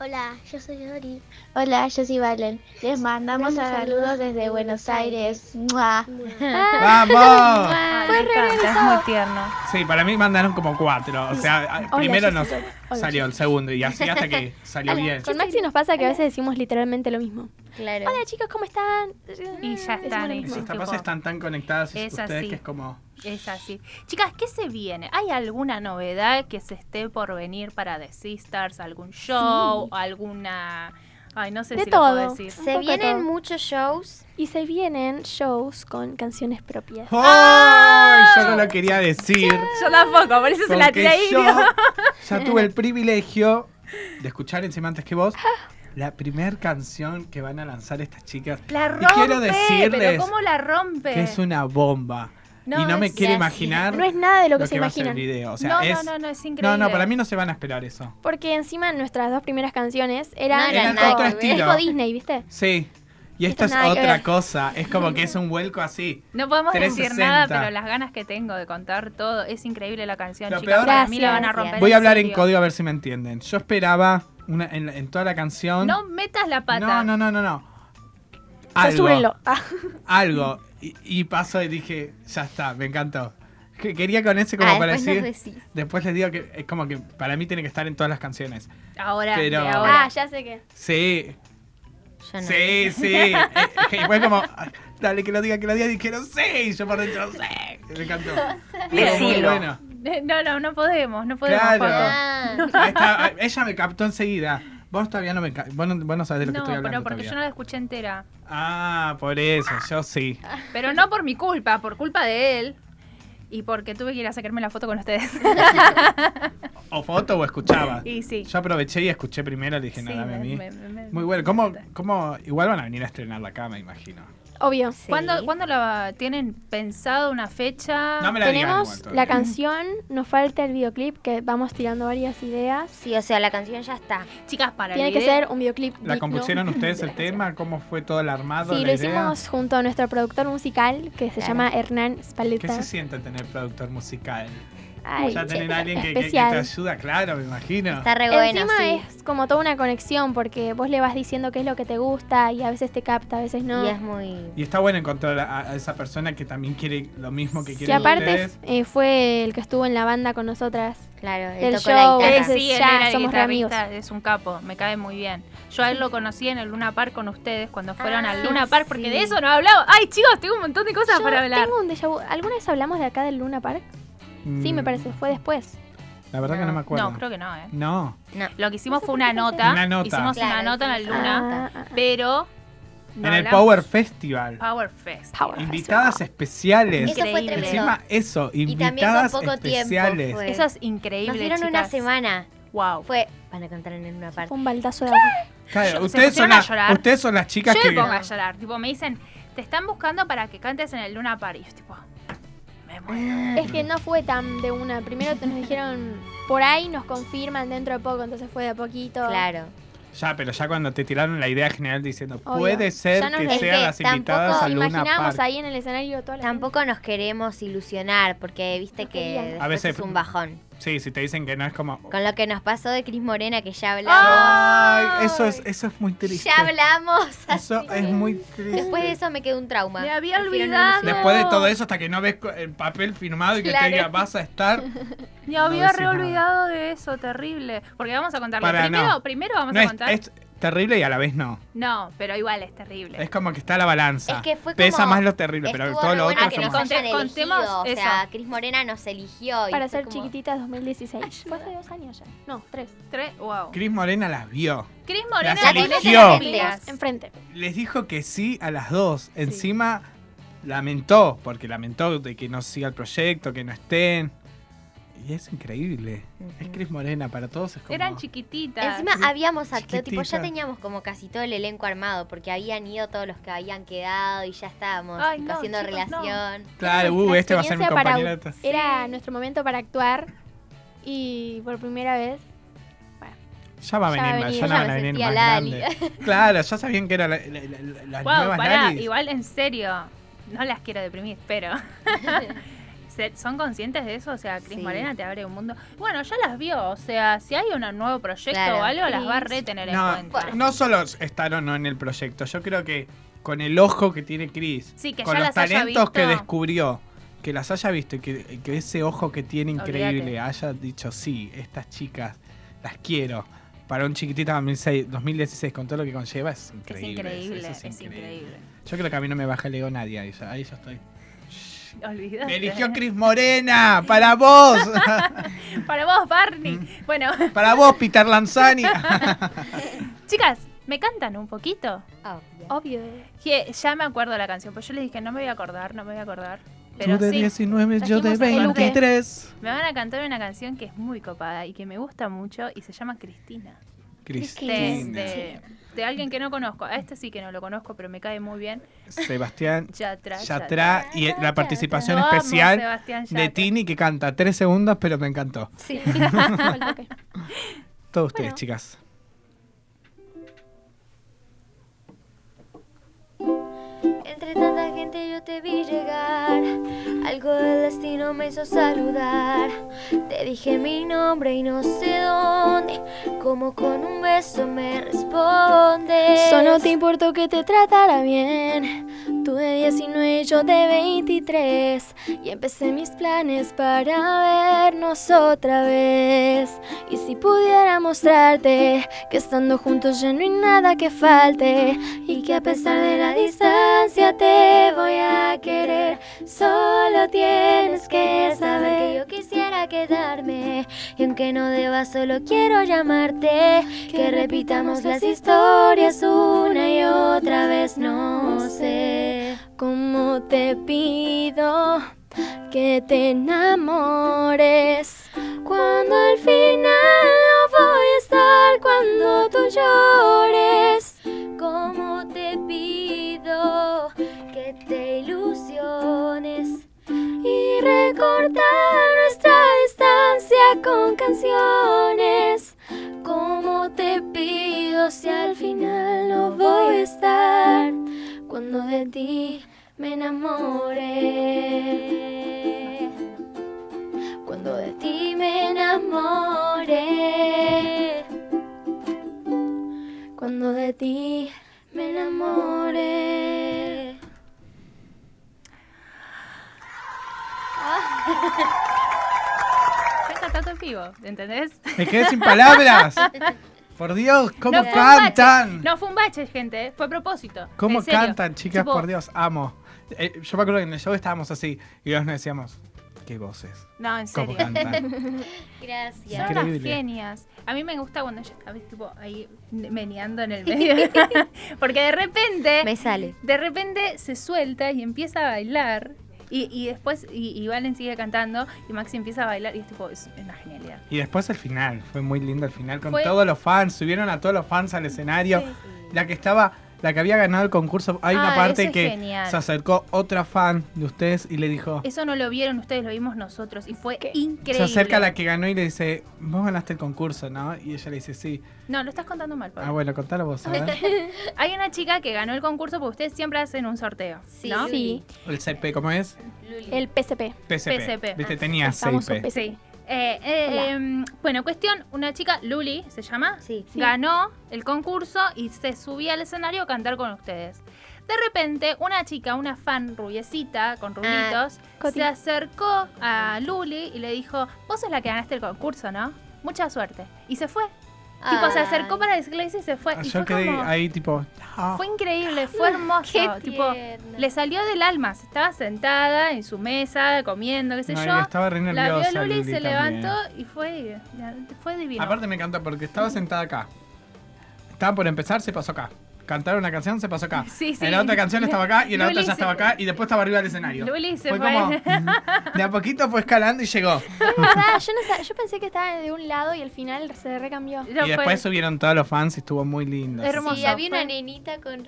G: Hola, yo soy Ori. Hola, yo soy Valen. Les mandamos saludos desde Buenos Aires. ¡Mua!
B: ¡Vamos!
A: Ay, me encanta, es Ah, muy tierno.
B: Sí, para mí mandaron como cuatro. O sea,
D: Hola,
B: primero
D: yo
B: nos
D: soy- Hola,
B: salió el segundo y así hasta que salió bien.
D: Con Maxi nos pasa que a veces decimos literalmente lo mismo.
C: claro.
D: Hola chicos, ¿cómo están?
A: Y ya
D: Decimos
A: están,
D: lo
A: y
B: Y
D: mismo.
B: si
A: tipo-
B: capaz están tan conectadas
A: Es
B: ustedes
A: así.
B: que es como...
A: Es así. Chicas, ¿qué se viene? ¿Hay alguna novedad que se esté por venir para The Sisters? ¿Algún show? ¿Alguna...? Ay, no sé
D: De
A: si lo puedo
D: todo.
A: decir.
D: Un
C: Se
D: poco de
C: vienen
D: todo.
C: muchos shows.
D: Y se vienen shows con canciones propias.
B: ¡Ay! ¡Oh! Yo no lo quería decir.
A: ¡Oh! Yo tampoco, por eso se la tiré
B: Porque
A: ahí.
B: yo
A: digo.
B: ya tuve el privilegio de escuchar encima antes que vos la primer canción que van a lanzar estas chicas.
A: La rompe,
B: Y
A: pero
B: quiero decirles
A: ¿cómo la rompe?
B: que es una bomba.
A: No,
B: y no me
A: es
B: quiero
A: así.
B: imaginar
D: No es nada de lo que se
B: va a ser el
D: imaginan.
B: video. O sea,
A: no,
B: es...
A: no, no, no, es
B: no,
A: increíble.
B: no, para mí no se van a esperar eso.
D: Porque encima nuestras dos primeras canciones eran
C: No eran
D: tipo-
C: nada que ver.
D: tipo Disney, ¿viste?
B: Sí. Y esto
D: Esto
B: es
D: nada que
B: otra
D: ver.
B: cosa. Es como que es un vuelco así.
A: No podemos decir
B: 360.
A: nada, pero las ganas que tengo de contar todo, es increíble la canción,
B: Lo
A: chicas.
B: peor-
A: Para mí la van
D: Gracias.
A: a romper.
B: Voy a hablar en
A: serio.
B: código a ver si me entienden. Yo esperaba una, en, en toda la canción.
A: No metas la pata.
B: no, no, no, no, no.
D: Sosúrenlo. Ah,
B: algo. Y, y paso y dije, ya está, me encantó. Que- Quería con ese como
C: Ah,
B: para
C: después nos
B: decir.
C: decís.
B: Después les digo que es como que para mí tiene que estar en todas las canciones.
A: Ahora,
B: Pero-
A: de ahora.
D: ah, ya sé que.
B: Sí,
C: Yo no.
B: sí, sí. Eh, eh, y fue como, "Ah, dale que lo diga, que lo diga. Y dijeron, sí. Y yo por dentro, sí. Me encantó. Estuvo muy
A: Decilo.
B: bueno.
A: No, no, no podemos, no podemos.
B: Claro.
A: Juaco.
C: Ah,
B: Ahí está, ah, ella me captó enseguida. Vos todavía no me ca- vos no, vos no sabés de lo que
A: No,
B: estoy hablando.
A: pero porque
B: todavía.
A: yo no la escuché entera.
B: Ah, por eso, yo sí.
A: Pero no por mi culpa, por culpa de él. Y porque tuve que ir a sacarme la foto con ustedes.
B: O foto o escuchaba.
A: y sí.
B: Yo aproveché y escuché primero, le dije
A: Sí,
B: nada,
A: me-
B: a mí.
A: me- me-
B: Muy bueno, ¿Cómo, cómo, igual van a venir a estrenar la cama, imagino.
D: Obvio.
C: sí.
A: ¿Cuándo, ¿Cuándo la tienen pensado una fecha?
B: No me la digan igual
D: Tenemos
B: todavía.
D: la canción, nos falta el videoclip, que vamos tirando varias ideas.
C: Sí, o sea, la canción ya está.
A: Chicas, para Ah,
D: Tiene
A: el
D: que
A: video-
D: ser un videoclip.
B: ¿La
D: digno
B: compusieron ustedes
D: de
B: el
D: la canción.
B: tema? ¿Cómo fue todo el armado?
D: Sí,
B: la
D: lo
B: idea?
D: hicimos junto a nuestro productor musical que se
C: Claro.
D: llama Hernán
B: ¿Qué
D: Spaleta.
B: se siente tener productor musical?
D: Ay,
B: ya tener a alguien que, que- que te
D: especial.
B: ayuda, claro, me imagino.
C: Está re bueno,
D: Encima
C: sí.
D: es como toda una conexión porque vos le vas diciendo qué es lo que te gusta y a veces te capta, a veces no.
C: Y es muy...
B: Y está bueno encontrar a, a esa persona que también quiere lo mismo que
D: Y
B: quieren
D: aparte
B: ustedes.
D: eh, fue el que estuvo en la banda con nosotras.
C: Claro, él
D: Del
C: tocó la
D: show,
A: Eh,
C: guitarra.
D: ese.
A: sí, él
D: Ya
A: era el
D: somos re
A: guitarrista, es un capo, me cae muy bien. Yo a él lo conocí en el Luna Park con ustedes cuando fueron
C: Ah,
A: al Luna Park, porque
C: sí.
A: de eso no he hablado. Ay, chicos, tengo un montón de cosas
D: Yo
A: para hablar.
D: Tengo un déjà vu. ¿Alguna vez hablamos de acá del Luna Park? Sí, me
B: Mm,
D: parece, fue después.
B: La verdad que no me acuerdo.
A: No, creo que no, ¿eh?
B: No.
C: No.
A: Lo que hicimos fue una nota.
B: Una nota.
A: Hicimos
C: Claro,
A: una nota en la
C: hicimos
A: luna,
D: Ah, ah, ah.
A: pero. no
B: en el
A: hablamos. Ah,
B: Power Festival.
A: Power Fest.
D: Power
B: Invitadas especiales.
C: Eso fue
A: Increíble.
C: tremendo.
B: Encima eso,
C: Y también con
B: invitadas
C: poco
B: especiales.
C: tiempo. fue.
A: Eso es increíble.
C: Nos dieron una
A: chicas.
C: semana.
A: Wow.
C: Fue... Van a cantar en una
D: Festival.
C: parte.
D: Fue un baldazo de agua.
B: Claro,
A: Yo- se
B: ustedes, son
A: pusieron a
B: las-
A: llorar.
B: ustedes son las chicas
A: Yo me pongo
B: que...
A: a llorar. Tipo, me dicen, te están buscando para que cantes en el Luna Park. Y yo, tipo, me
B: Ah.
A: muero.
D: Es que no fue tan de una. Primero te nos dijeron por ahí, nos confirman dentro de poco, entonces fue de a poquito.
C: Claro.
B: Ya, pero ya cuando te tiraron la idea general diciendo,
D: Obvio.
B: puede
D: Ya
B: ser
D: no
B: que
D: nos-
B: sean
C: Es que
B: las invitadas
D: Tampoco
B: a Luna
D: imaginábamos
B: Park.
D: ahí en el escenario toda la
C: Tampoco nos queremos ilusionar porque viste
D: No
C: que
D: querían.
C: después
B: A veces-
C: es un bajón.
B: Sí, si te dicen que no es como...
C: Con lo que nos pasó de Cris Morena que ya hablamos.
D: Ah,
B: Ay, eso es, eso es muy triste.
C: ya hablamos.
B: Eso es muy triste.
C: Después de eso me quedó un trauma.
A: Me había
C: Prefiero no
A: olvidado.
C: ilusionar.
B: Después de todo eso, hasta que no ves co- el papel firmado y que
C: Claro.
B: te diga, vas a estar...
A: Me
B: No
A: había
B: decís
A: re
B: nada.
A: olvidado de eso, terrible. Porque vamos a contarle.
B: Pará,
A: primero,
B: no.
A: primero vamos
B: No,
A: a
B: es,
A: contar.
B: es terrible y a la vez no.
A: No, pero igual es terrible.
B: Es como que está la balanza.
C: Es que fue
B: Pesa
C: como-
B: más lo terrible, pero
C: Estuvo
B: todo
C: re
B: lo
C: bueno
B: otro
C: que
B: es
A: somos-
C: nos
B: hermoso.
C: hayan elegido.
A: Conte-
C: O
A: contemos
C: sea,
A: eso.
C: Cris Morena nos eligió. y
D: Para
C: fue
D: ser
C: como-
D: chiquititas 2016. Fue hace dos años ya. No, tres.
A: Tres, wow.
B: Cris Morena las vio.
A: Cris Morena
B: Las
A: con
B: eligió.
A: esas
D: Vimos
A: pilas.
D: enfrente.
B: Les dijo que sí a las dos. Encima lamentó, porque lamentó de que no siga el proyecto, que no estén. Y es increíble. Es Cris Morena para todos. Es como...
A: Eran chiquititas.
C: Encima habíamos actuado, tipo, ya
B: Chiquitita.
C: teníamos como casi todo el elenco armado, porque habían ido todos los que habían quedado y ya estábamos
A: Ay,
C: tipo,
A: no,
C: haciendo
A: chicos, no.
C: relación.
B: Claro, uh,
D: Nuestra
B: este va a ser mi
D: experiencia para-
B: compañero. de-
D: Era nuestro momento para actuar y por primera vez.
B: Ya va a
D: Ya
B: venir,
D: va a
B: más,
D: venir,
B: ya no
C: ya
B: van
C: me
B: a venir
C: sentía
B: más
C: Lali.
B: grandes. Claro, ya sabían que eran la- la- la- las
A: Wow,
B: nuevas
A: pará,
B: Lalis.
A: igual en serio, no las quiero deprimir, pero. ¿se- ¿Son conscientes de eso? O sea, Cris
C: Sí.
A: Morena te abre un mundo. Bueno, ya las vio, o sea, si hay un nuevo proyecto
C: Claro.
A: o algo, las va a
D: Cris.
A: retener
B: No,
A: en cuenta.
B: no solo estaron no en el proyecto, yo creo que con el ojo que tiene Chris,
A: Sí, que
B: con
A: ya
B: los
A: las haya
B: talentos que
A: visto.
B: descubrió, que las haya visto y que, y que ese ojo que tiene increíble
A: Olvídate.
B: haya dicho, sí, estas chicas las quiero. Para un chiquitito 2006, 2016, con todo lo que conlleva, es
A: es
B: increíble.
A: increíble,
B: eso
A: es, increíble.
B: Yo creo que a mí no me baja el ego nadie, ahí, ya- ahí yo estoy.
A: Olvídate.
B: Me eligió Cris Morena, para vos,
A: Para vos, Barney.
B: Mm.
A: Bueno,
B: para vos, Peter Lanzani.
A: chicas, ¿me cantan un poquito?
C: Obvio.
D: Obvio.
A: Que ya me acuerdo la canción, pues yo les dije, no me voy a acordar, no me voy a acordar. Pero
B: Tú de
A: sí,
B: 19, yo de
D: Trajimos a Peluque.
B: 23.
A: me van a cantar una canción que es muy copada y que me gusta mucho y se llama Cristina. de,
B: Cristina.
A: de- de alguien que no conozco. A este sí que no lo conozco, pero me cae muy bien.
B: Sebastián
A: Yatra.
B: Yatra y eh, la participación
A: Lo amo,
B: especial
A: Sebastián
B: de
A: Yatra.
B: Tini que canta tres segundos, pero me encantó.
D: Sí. Fue el toque.
B: Todos ustedes,
D: Bueno.
B: chicas.
C: Entre tanta gente yo te vi llegar, algo del destino me hizo saludar. Te dije mi nombre y no sé dónde, como con un beso me respondes.
D: Eso no te importó que te tratara bien. Tú de 19 y yo de 23. Y empecé mis planes para vernos otra vez. Y si pudiera mostrarte que estando juntos ya no hay nada que falte. Y que a pesar de la distancia te voy a querer. Solo tienes que saber que yo quisiera quedarme. Y aunque no deba, solo quiero llamarte. Que repitamos las historias una y otra vez, no sé cómo te pido que te enamores. Cuando al final no voy a estar cuando tú llores. Cómo te pido que te ilusiones y recortar nuestra distancia con canciones. Como te pido si al final no voy a estar cuando de ti me enamore? Cuando de ti me enamore. Cuando de ti me enamore.
A: Está cantando en vivo, ¿entendés?
B: Me quedé sin palabras. Por Dios, cómo
A: fue un
B: cantan.
A: bache, No fue un bache, gente, ¿eh? fue a propósito.
B: ¿Cómo
A: en serio.
B: cantan, chicas?
A: Tipo,
B: Por Dios, amo. Eh, yo me acuerdo que en el show estábamos así y nos decíamos, qué voces.
A: No, en
B: ¿Cómo
A: serio.
B: cantan?
C: Gracias.
A: Son unas
B: Increíble.
A: genias. A mí me gusta cuando ya ves, tipo ahí meneando en el medio. Porque de repente
C: Me sale.
A: De repente se suelta y empieza a bailar. Y, y después, y, y Valen sigue cantando y Maxi empieza a bailar y es tipo, es una genialidad.
B: Y después el final, fue muy lindo el final con
A: Fue-
B: todos los fans, subieron a todos los fans al escenario. La que estaba, la que había ganado el concurso, hay una
A: Ah,
B: parte
A: eso es
B: que
A: genial.
B: se acercó otra fan de ustedes y le dijo,
A: Eso no lo vieron ustedes, lo vimos nosotros y fue increíble.
B: se acerca la que ganó y le dice, vos ganaste el concurso, ¿no? Y ella le dice, sí.
A: No, lo estás contando mal, Pablo.
B: Ah, bueno, contalo vos, a ver.
A: Hay una chica que ganó el concurso porque ustedes siempre hacen un sorteo,
C: Sí.
A: ¿no?
D: Sí,
B: El CP, ¿cómo es?
D: el PCP.
B: PCP.
A: PCP.
B: Viste, tenía
D: Estamos
B: CP.
D: un
A: Sí. Eh, eh,
D: Hola.
A: em, bueno, cuestión, una chica, Luli se llama,
C: Sí.
A: ganó el concurso y se subía al escenario a cantar con ustedes. De repente, una chica, una fan rubiecita con rulitos,
D: Coti.
A: se acercó a Luli y le dijo, vos sos la que ganaste el concurso, ¿no? Mucha suerte. Y se fue. Tipo,
C: Ah.
A: se acercó para decirles y se fue.
B: Ah,
A: y
B: Yo
A: fue
B: quedé
A: como-
B: ahí tipo... ah.
A: fue increíble, fue hermoso. tipo, le salió del alma. se Estaba sentada en su mesa, comiendo, qué sé
B: No,
A: yo.
B: estaba re
A: La
B: nerviosa.
A: vio Luli, se
B: también.
A: levantó y fue, fue divino.
B: Aparte me encanta porque estaba sentada acá. Estaba por empezar, se pasó acá. cantaron una canción, se pasó acá.
A: Sí, sí.
B: En la otra canción estaba acá y en la
A: Luli
B: otra ya estaba
A: se-
B: acá y después estaba arriba del escenario.
A: Luli se
B: fue
A: fue.
B: como. De a poquito fue escalando y llegó.
D: Es verdad, yo, no sab- yo pensé que estaba de un lado y al final se recambió.
A: No,
B: y
A: fue-
B: después subieron todos los fans y estuvo muy lindo.
A: Hermoso.
C: Sí, había una
A: Fue-
C: nenita con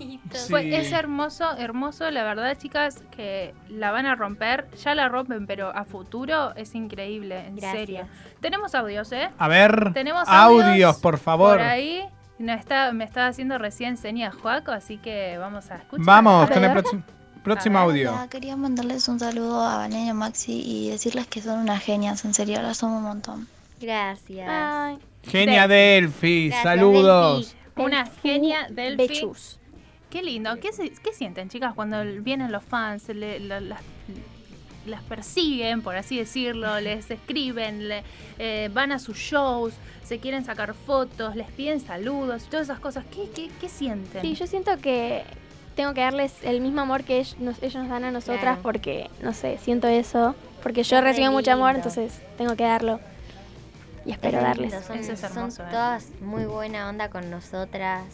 C: rulitos.
B: Sí.
A: fue- es hermoso, hermoso, la verdad, chicas, que la van a romper. Ya la rompen, pero a futuro es increíble, en
C: Gracias.
A: serio. Tenemos audios, ¿eh?
B: A ver,
A: Tenemos
B: audios,
A: audios
B: por favor.
A: Por ahí no está, me estaba haciendo recién señas Juaco, así que vamos a escuchar.
B: Vamos
D: A
B: con el
D: ver.
B: próximo, próximo
A: A
B: audio.
H: Hola, quería mandarles un saludo a Valeria Maxi y decirles que son unas genias, en serio, las somos un montón.
C: Gracias.
D: Ay,
B: Genia Delphi,
C: Gracias,
B: saludos.
C: Delphi.
A: Una
D: Delphi
A: genia del
D: Bechus.
A: Qué lindo. ¿Qué, se- qué sienten, chicas, cuando vienen los fans? le- la- las, las persiguen, por así decirlo, les escriben, le- eh, van a sus shows, se quieren sacar fotos, les piden saludos, todas esas cosas. ¿Qué, qué, qué sienten?
D: Sí, yo siento que tengo que darles el mismo amor que ellos nos, ellos nos dan a nosotras
C: Claro.
D: porque, no sé, siento eso. Porque yo recibí mucho amor,
C: lindo.
D: entonces tengo que darlo. Y espero
C: Es
D: darles.
C: lindo, Son,
A: Eso es
C: son
A: hermoso, ¿eh?
C: todas muy buena onda con nosotras.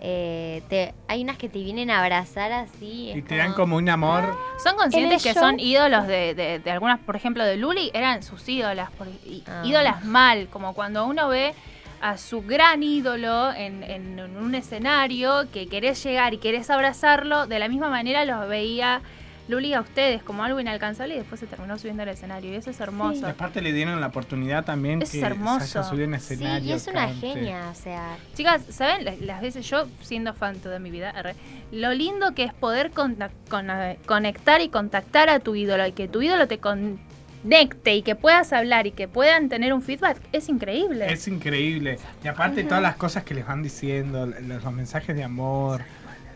C: Eh, te- hay unas que te vienen a abrazar así. es
B: Y te dan como un amor.
C: Ah.
A: ¿Son conscientes
D: En
A: que
D: el
A: son
D: show-
A: ídolos de, de- de algunas, por ejemplo, de Luli? Eran sus ídolas, por- y-
C: Ah.
A: ídolas mal, como cuando uno ve a su gran ídolo en, en- en un escenario que querés llegar y querés abrazarlo, de la misma manera los veía Luli a ustedes como algo inalcanzable y después se terminó subiendo al escenario y eso es hermoso.
B: Y aparte le dieron la oportunidad también
A: Es
B: que
A: hermoso.
B: se haya subido en
C: Sí,
B: escenario.
C: y es una
B: cante.
C: genia, o sea,
A: Chicas, ¿saben? Las, las veces yo, siendo fan toda mi vida, arre, lo lindo que es poder conta- con- eh, conectar y contactar a tu ídolo y que tu ídolo te conecte y que puedas hablar y que puedan tener un feedback, es increíble.
B: Es increíble. Y aparte todas las cosas que les van diciendo, los, los mensajes de amor,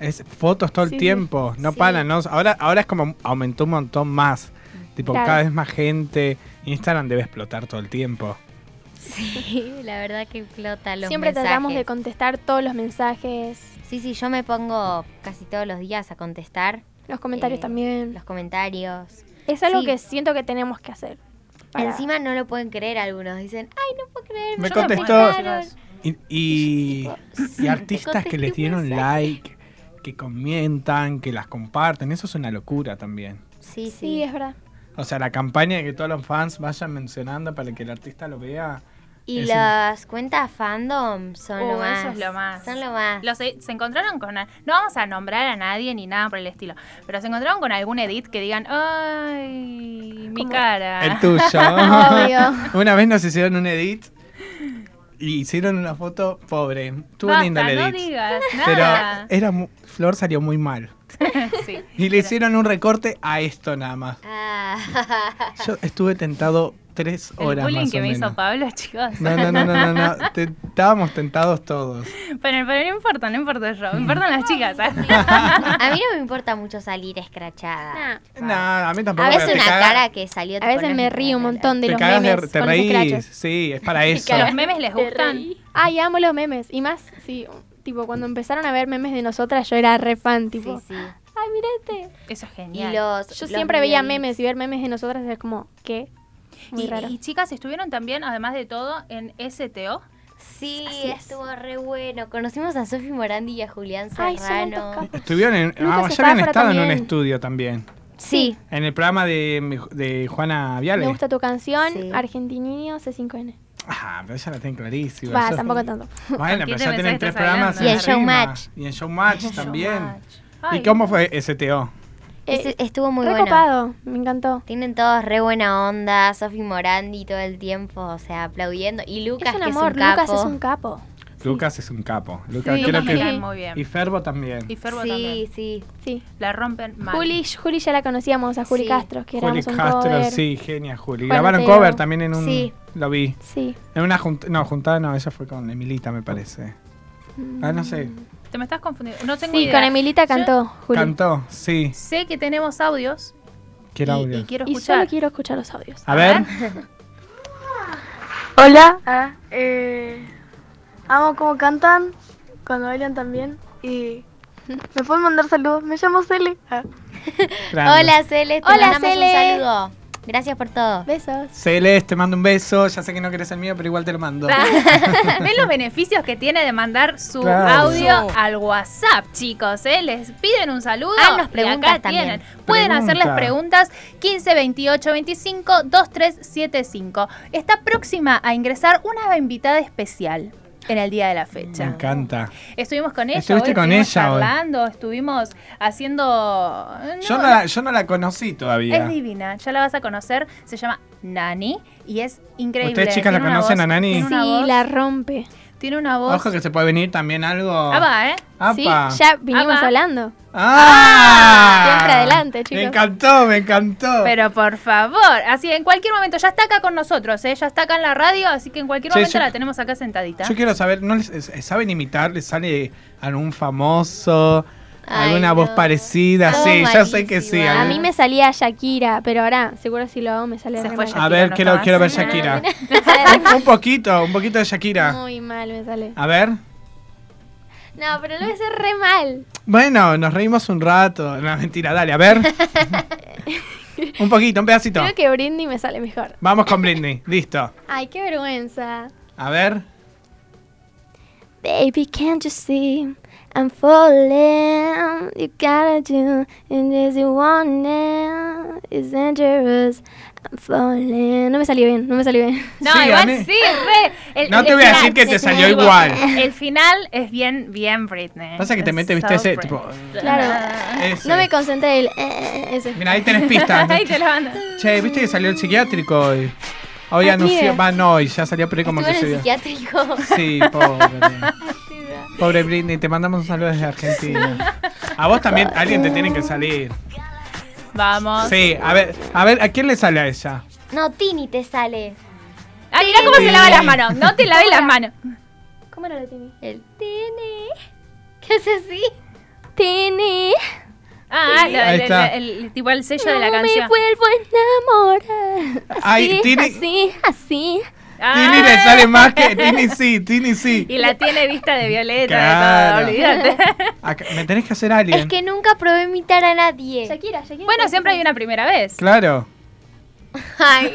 B: es fotos todo el
D: Sí.
B: tiempo, no
C: Sí.
B: paran, ¿no? Ahora, ahora es como aumentó un montón más. Tipo,
D: Claro.
B: cada vez más gente. Instagram debe explotar todo el tiempo.
C: sí, la verdad que explota los
D: Siempre
C: mensajes.
D: tratamos de contestar todos los mensajes,
C: Sí, sí, yo me pongo casi todos los días a contestar
D: los comentarios
C: Eh,
D: también.
C: los comentarios.
D: Es algo
C: sí.
D: que siento que tenemos que hacer. para-
C: Encima no lo pueden creer algunos, dicen, ay, no puedo creer.
B: Me
C: no
B: contestó.
C: puedo creer".
B: Y, y, y artistas que
C: contesté
B: les
C: un
B: dieron
C: mensaje.
B: like, que comentan, que las comparten, eso es una locura también.
C: Sí, sí.
D: Sí, es verdad.
B: O sea, la campaña de que todos los fans vayan mencionando para que el artista lo vea.
C: Y
B: Es un-
C: las cuentas fandom son
A: Uh,
C: lo más.
A: eso es lo más.
C: Son lo más.
A: Los e- se encontraron con... a- No vamos a nombrar a nadie ni nada por el estilo, pero se encontraron con algún edit que digan, ay, mi cara.
B: El tuyo.
D: Obvio.
B: Una vez nos hicieron un edit y hicieron una foto pobre. Estuvo
A: Basta,
B: lindo el
A: no
B: edit.
A: digas
B: pero
A: nada.
B: era mu- Flor salió muy mal.
A: Sí.
B: Y le hicieron un recorte a esto nada más.
C: Ah,
B: Yo estuve tentado tres
A: El
B: horas
A: bullying
B: más
A: que
B: o
A: me hizo
B: menos.
A: Pablo, chicos.
B: No, no, no, no, no, no. Te- estábamos tentados todos.
A: Pero, pero no importa, no importa yo, me importan las chicas. ¿eh? ¿sabes?
C: a mí no me importa mucho salir escrachada.
D: Nah.
B: No, a mí tampoco.
D: A
B: pero
C: Es
B: te
C: una
B: caga-
C: cara que salió
D: A veces me río un montón de
B: te
D: los
B: cagas de-
D: memes
B: te
D: con los
B: reís.
D: escrachos.
B: Sí, es para eso.
A: Que a los memes les gustan.
D: Ay, amo los memes. Y más, sí, tipo, cuando empezaron a ver memes de nosotras, yo era re fan, tipo,
C: Sí, sí.
D: ay, mira este.
A: Eso es
C: Y
A: genial.
C: los,
D: Yo
C: los
D: siempre veía
C: videos-
D: memes y ver memes de nosotras era como, ¿qué? Muy
A: Y-
D: raro.
A: y chicas, estuvieron también, además de todo, en STO.
C: Sí,
D: Así es.
C: estuvo re bueno. Conocimos a Sofi Morandi y a Julián
D: Ay, son
C: Serrano.
D: altos capos.
B: Estuvieron en,
D: Lucas
B: ah, ya habían
D: Estáfora
B: estado en un
D: también.
B: estudio también.
C: sí,
B: En el programa de, de Juana Viale.
D: Me gusta tu canción,
C: Sí.
D: Argentinino C5N.
B: Ah, pero ella la tienen clarísima.
D: Va,
B: Yo-
D: tampoco tanto.
A: ¿Con
B: Bueno,
A: quién te
B: pero ya
A: pensás que
B: tienen tres
A: estás
B: programas.
A: hablando?
C: Y en
B: encima.
C: Showmatch.
B: Y en Showmatch también.
A: Showmatch. Ay,
B: ¿Y cómo fue STO?
C: ese-
D: Eh,
C: estuvo muy
D: re
C: bueno.
D: copado, me encantó.
C: Tienen todos re buena onda, Sofi Morandi todo el tiempo, o sea, aplaudiendo. Y Lucas,
D: es un
C: que
D: amor,
C: es un capo.
D: Lucas es un capo.
B: Lucas es un capo. Lucas,
D: Sí,
A: Lucas
B: creo
D: Lucas
A: me cae
B: que...
D: sí.
A: muy bien.
B: Y Ferbo también.
A: Y Ferbo
C: sí,
A: también.
C: sí.
D: Sí.
A: La rompen mal.
D: Juli, Juli ya la conocíamos, a Juli
C: Sí.
D: Castro, que
B: Juli
D: éramos un
B: Castro,
D: cover.
B: sí, genia Juli.
D: Juan
B: Grabaron
D: Mateo.
B: cover también en un...
C: Sí.
B: Lo vi.
D: Sí.
B: En una junta... No, juntada no, ella fue con Emilita, me parece. Ah, no sé.
A: Te me estás confundiendo. No tengo
D: Sí,
A: idea.
D: con Emilita cantó, Mm. Juli.
B: Cantó, sí.
A: Sé que tenemos audios.
B: Quiero
A: y-
B: audio.
A: Y, quiero
D: Y solo
A: escuchar.
D: quiero escuchar los audios.
B: A ver.
I: Hola. amo cómo cantan, cuando bailan también. Y me pueden mandar saludos. Me llamo Cele. Ah.
B: grande.
C: Hola Cele, te
D: Hola,
C: mandamos
D: Cele.
C: un saludo. Gracias por todo.
D: Besos.
B: Celeste, te mando un beso. Ya sé que no querés el mío, pero igual te lo mando.
A: Ah, ¿Ven los beneficios que tiene de mandar su
B: Claro.
A: audio al WhatsApp, chicos? eh? Les piden un saludo
C: Haznos
A: y
C: preguntas
A: acá
C: también.
A: tienen. Pueden
B: Pregunta.
A: hacerles preguntas 15 28 25 2375. Está próxima a ingresar una invitada especial en el día de la
B: Me
A: fecha.
B: encanta.
A: Estuvimos con ella,
B: Estuviste
A: hoy,
B: con
A: estuvimos
B: ella hoy.
A: charlando, estuvimos haciendo... no,
B: Yo, no la, yo no la conocí todavía.
A: es divina, ya la vas a conocer, se llama Nani y es increíble.
B: ¿Ustedes, chicas, la
A: Tiene una
B: conocen
A: voz-
B: a Nani?
A: Tiene
D: Sí,
A: una voz,
D: la rompe.
A: tiene una voz
B: Ojo que se puede venir también algo.
A: Ah, va, ¿eh?
D: Sí,
B: ¡Apa!
D: ya vinimos
A: Apa.
D: hablando.
B: ¡Ah!
D: Siempre adelante, chicos.
B: Me encantó, me encantó.
A: Pero por favor, así en cualquier momento, ya está acá con nosotros, ¿eh? ya está acá en la radio, así que en cualquier
B: Sí,
A: momento
B: yo-
A: la tenemos acá sentadita.
B: Yo quiero saber, ¿no les, eh, ¿saben imitar? ¿Les sale algún famoso?
C: Ay,
B: ¿Alguna
C: no.
B: voz parecida?
C: Somos
B: sí, ya sé que
C: malísimas.
B: sí.
D: A
B: algún-
D: mí me salía Shakira, pero ahora seguro si lo hago me sale
A: Se
D: re
A: fue
D: mal.
B: A ver,
A: no
B: quiero,
A: estaba.
B: quiero ver
A: No, no,
B: Shakira.
D: Me sale
B: Un- Un poquito, un poquito de
D: re-
B: Shakira.
D: Muy mal me sale.
B: A ver.
D: No, pero lo voy a hacer re mal.
B: Bueno, nos reímos un rato. No, mentira, dale, a ver. un poquito, un pedacito.
D: Creo que Britney me sale mejor.
B: Vamos con Britney, listo.
D: Ay, qué vergüenza.
B: A ver.
D: Baby, can't you see? I'm falling. You gotta do it as you want it. It's dangerous. I'm falling. No me salió bien, no me salió bien.
A: No,
B: Sí,
A: igual
B: Dani.
A: sí, re. El-
B: No
A: el
B: te voy a
A: final-
B: decir que te
A: el
B: salió
A: final-
B: igual.
A: El final es bien, bien Britney.
B: Pasa que te
A: Es
B: mete, viste,
A: so
B: ese,
A: Britney.
B: tipo,
D: Claro.
B: Ese.
D: No me concentré el eh, eh, eh, ese.
B: Mira, ahí tenés pistas.
A: Ahí te lo mando.
B: Che, viste que salió el psiquiátrico hoy. Hoy
D: Así
B: anunció.
D: es.
B: Va, no, hoy ya salió, pero como
C: Estuve
B: que
C: en
B: se dio.
C: el psiquiátrico.
B: Sí, pobre. Pobre Britney, te mandamos un saludo desde Argentina. A vos también, alguien te tiene que salir.
A: Vamos.
B: Sí, a ver, a ver, ¿a quién le sale a ella?
C: No, Tini te sale.
A: Ay, Ah, mirá cómo se
B: Sí.
A: lava las manos. No te laves las manos.
D: ¿Cómo era la Tini?
C: El Tini. ¿Qué es así?
D: Tini,
A: Ah, lo-
B: Ahí
A: el-
B: está.
A: el- el- tipo el sello de la
D: no me
A: canción.
D: vuelvo a enamorar.
B: Ay,
D: Así,
B: Tini-
D: así, así.
A: Ah.
B: Tini le sale más que. Tini sí, Tini sí.
A: Y la tiene vista de violeta,
B: Claro.
A: de todo, olvídate.
B: Acá- me tenés que hacer alguien.
C: Es que nunca probé imitar a nadie.
D: Shakira, Shakira.
A: Bueno, siempre hay una primera vez.
B: Claro.
C: Ay,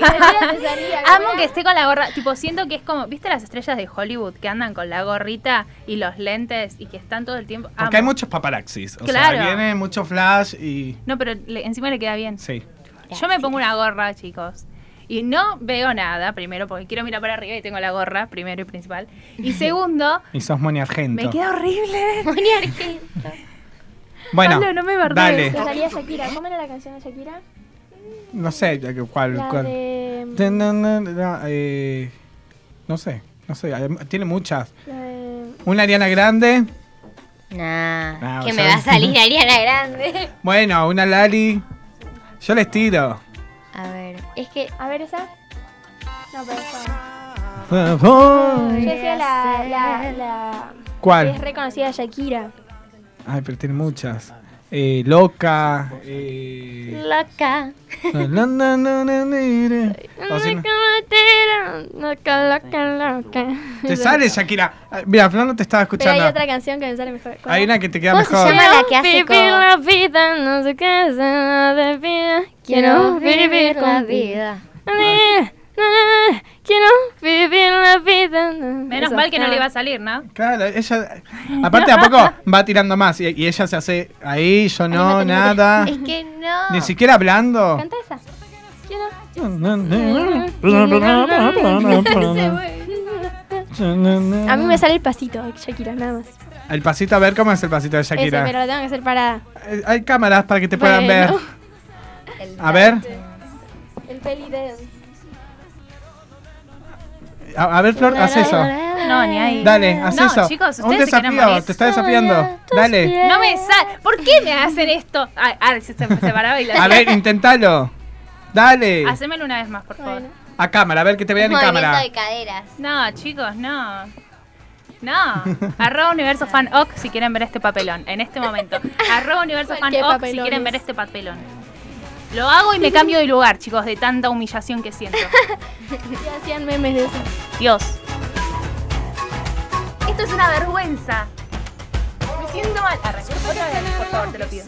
A: Amo que esté con la gorra. Tipo, siento que es como, ¿viste las estrellas de Hollywood que andan con la gorrita y los lentes y que están todo el tiempo?
B: Porque
A: Amo.
B: hay muchos paparaxis. O
A: Claro.
B: sea, viene mucho flash y.
A: No, pero le- encima le queda bien.
B: Sí.
A: Yo me pongo una gorra, chicos. Y no veo nada, primero, porque quiero mirar para arriba y tengo la gorra, primero y principal. Y segundo,
B: Y sos Moni Argento.
A: me queda horrible.
B: Bueno,
A: Pablo, no me bardees.
B: dale.
D: Me salía Shakira. ¿Cómo era la canción de Shakira?
B: No sé ya que- cuál.
D: La
B: cuál.
D: de.
B: Ten- no, no, no, eh, no sé, no sé. hay- Tiene muchas.
D: La de.
B: Una Ariana Grande.
C: Nah,
B: Nah,
C: que
B: Ah, o
C: me
B: sea-
C: va a salir Ariana Grande.
B: Bueno, una Lali. Yo les tiro.
C: A ver, es que
D: A ver esa. No, pero esa. Yo
B: ¿Cuál?
D: decía la. la, la... que Es reconocida Shakira.
B: Ay, pero tiene muchas. Eh, loca. eh,
C: loca.
B: na, na, na, na, na. O si Ah, no-
D: Loca, loca, loca.
B: Te sale Shakira. Ah, Mira, Flan no te estaba
D: Pero hay
B: escuchando.
D: otra canción que me sale mejor. ¿Cuál
B: Hay
D: era?
B: una que te queda
C: ¿Cómo se
B: mejor.
C: llama? la que hace
D: Vivir
C: con-
D: la vida, no sé qué es la de vida. Quiero vivir la vida. Quiero vivir la vida.
A: Menos mal que no le iba a salir, ¿no?
B: Claro, ella. Aparte, de a poco va tirando más. Y, y ella se hace ahí, yo no, nada.
C: Es que no.
B: Ni siquiera hablando.
D: Canta esa. A mí me sale el pasito, Shakira, nada más.
B: El pasito, a ver cómo es el pasito de
D: Ese,
B: Shakira.
D: pero lo tengo que hacer parada.
B: Eh, Hay cámaras para que te puedan
D: Bueno.
B: ver. A ver,
D: El peli de...
B: a, a ver, Flor, haz eso.
A: No, ni ahí.
B: Dale, haz
A: No,
B: eso.
A: chicos,
B: Un
A: ustedes se quieren
B: desafío,
A: morir.
B: te está desafiando. Dale.
A: No me sale. ¿Por qué me hacen esto? Ah, ah, se, se paraba y la
B: A ver, inténtalo. Dale.
A: Hacémelo una vez más, por favor.
D: Bueno.
B: A cámara, a ver que te vean en
C: Movimiento
B: cámara.
C: de caderas.
A: No, chicos, no. No. Arroba Universo Fan Oc si quieren ver este papelón. En este momento. Arroba Universo Fan
D: Cualquier
A: Oc si
D: papelones.
A: quieren ver este papelón. Lo hago y me cambio de lugar, chicos, de tanta humillación que siento.
D: Y hacían memes de eso.
A: Dios. Esto es una vergüenza. Me siento mal. Arre, otra vez, por favor, te lo pido.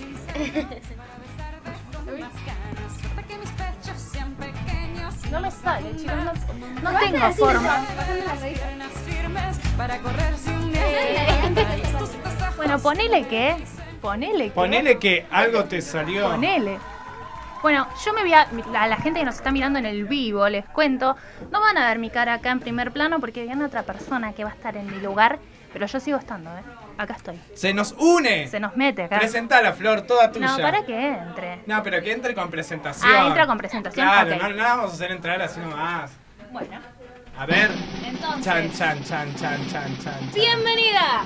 A: No me sale, chicos. No,
J: no tengo forma.
E: Para correr sin
A: Bueno, ponele que. Ponele que.
B: Ponele que algo te salió.
A: Ponele. Bueno, yo me voy a, a la gente que nos está mirando en el vivo, les cuento, no van a ver mi cara acá en primer plano porque viene otra persona que va a estar en mi lugar, pero yo sigo estando, ¿eh? Acá estoy.
B: Se nos une.
A: Se nos mete acá.
B: Presenta la flor toda tuya.
A: No, para que entre.
B: No, pero que entre con presentación.
A: Ah, entra con presentación.
B: Claro,
A: ok.
B: no, no la vamos a hacer entrar así nomás.
A: Bueno,
B: A ver.
A: entonces.
B: Chan, chan, chan, chan, chan, chan.
A: Bienvenida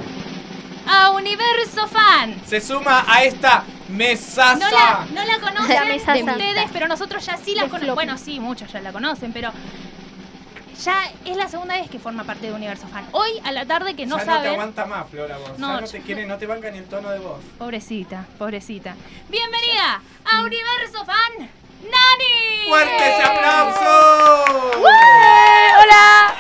A: a Universo Fan.
B: Se suma a esta mesaza.
A: No la, no la
D: La
A: conocen
D: mesa santa.
A: ustedes, pero nosotros ya sí la conocemos. Bueno, sí, muchos ya la conocen, pero ya es la segunda vez que forma parte de Universo Fan. Hoy a la tarde que no
B: ya no te
A: saben.
B: aguanta más, Flora, vos.
A: No,
B: ya no te quiere, no te banca ni el tono de voz.
A: pobrecita, pobrecita. Bienvenida a Universo Fan, Nani.
B: ¡Fuerte ese aplauso!
A: ¡Ué! ¡Hola!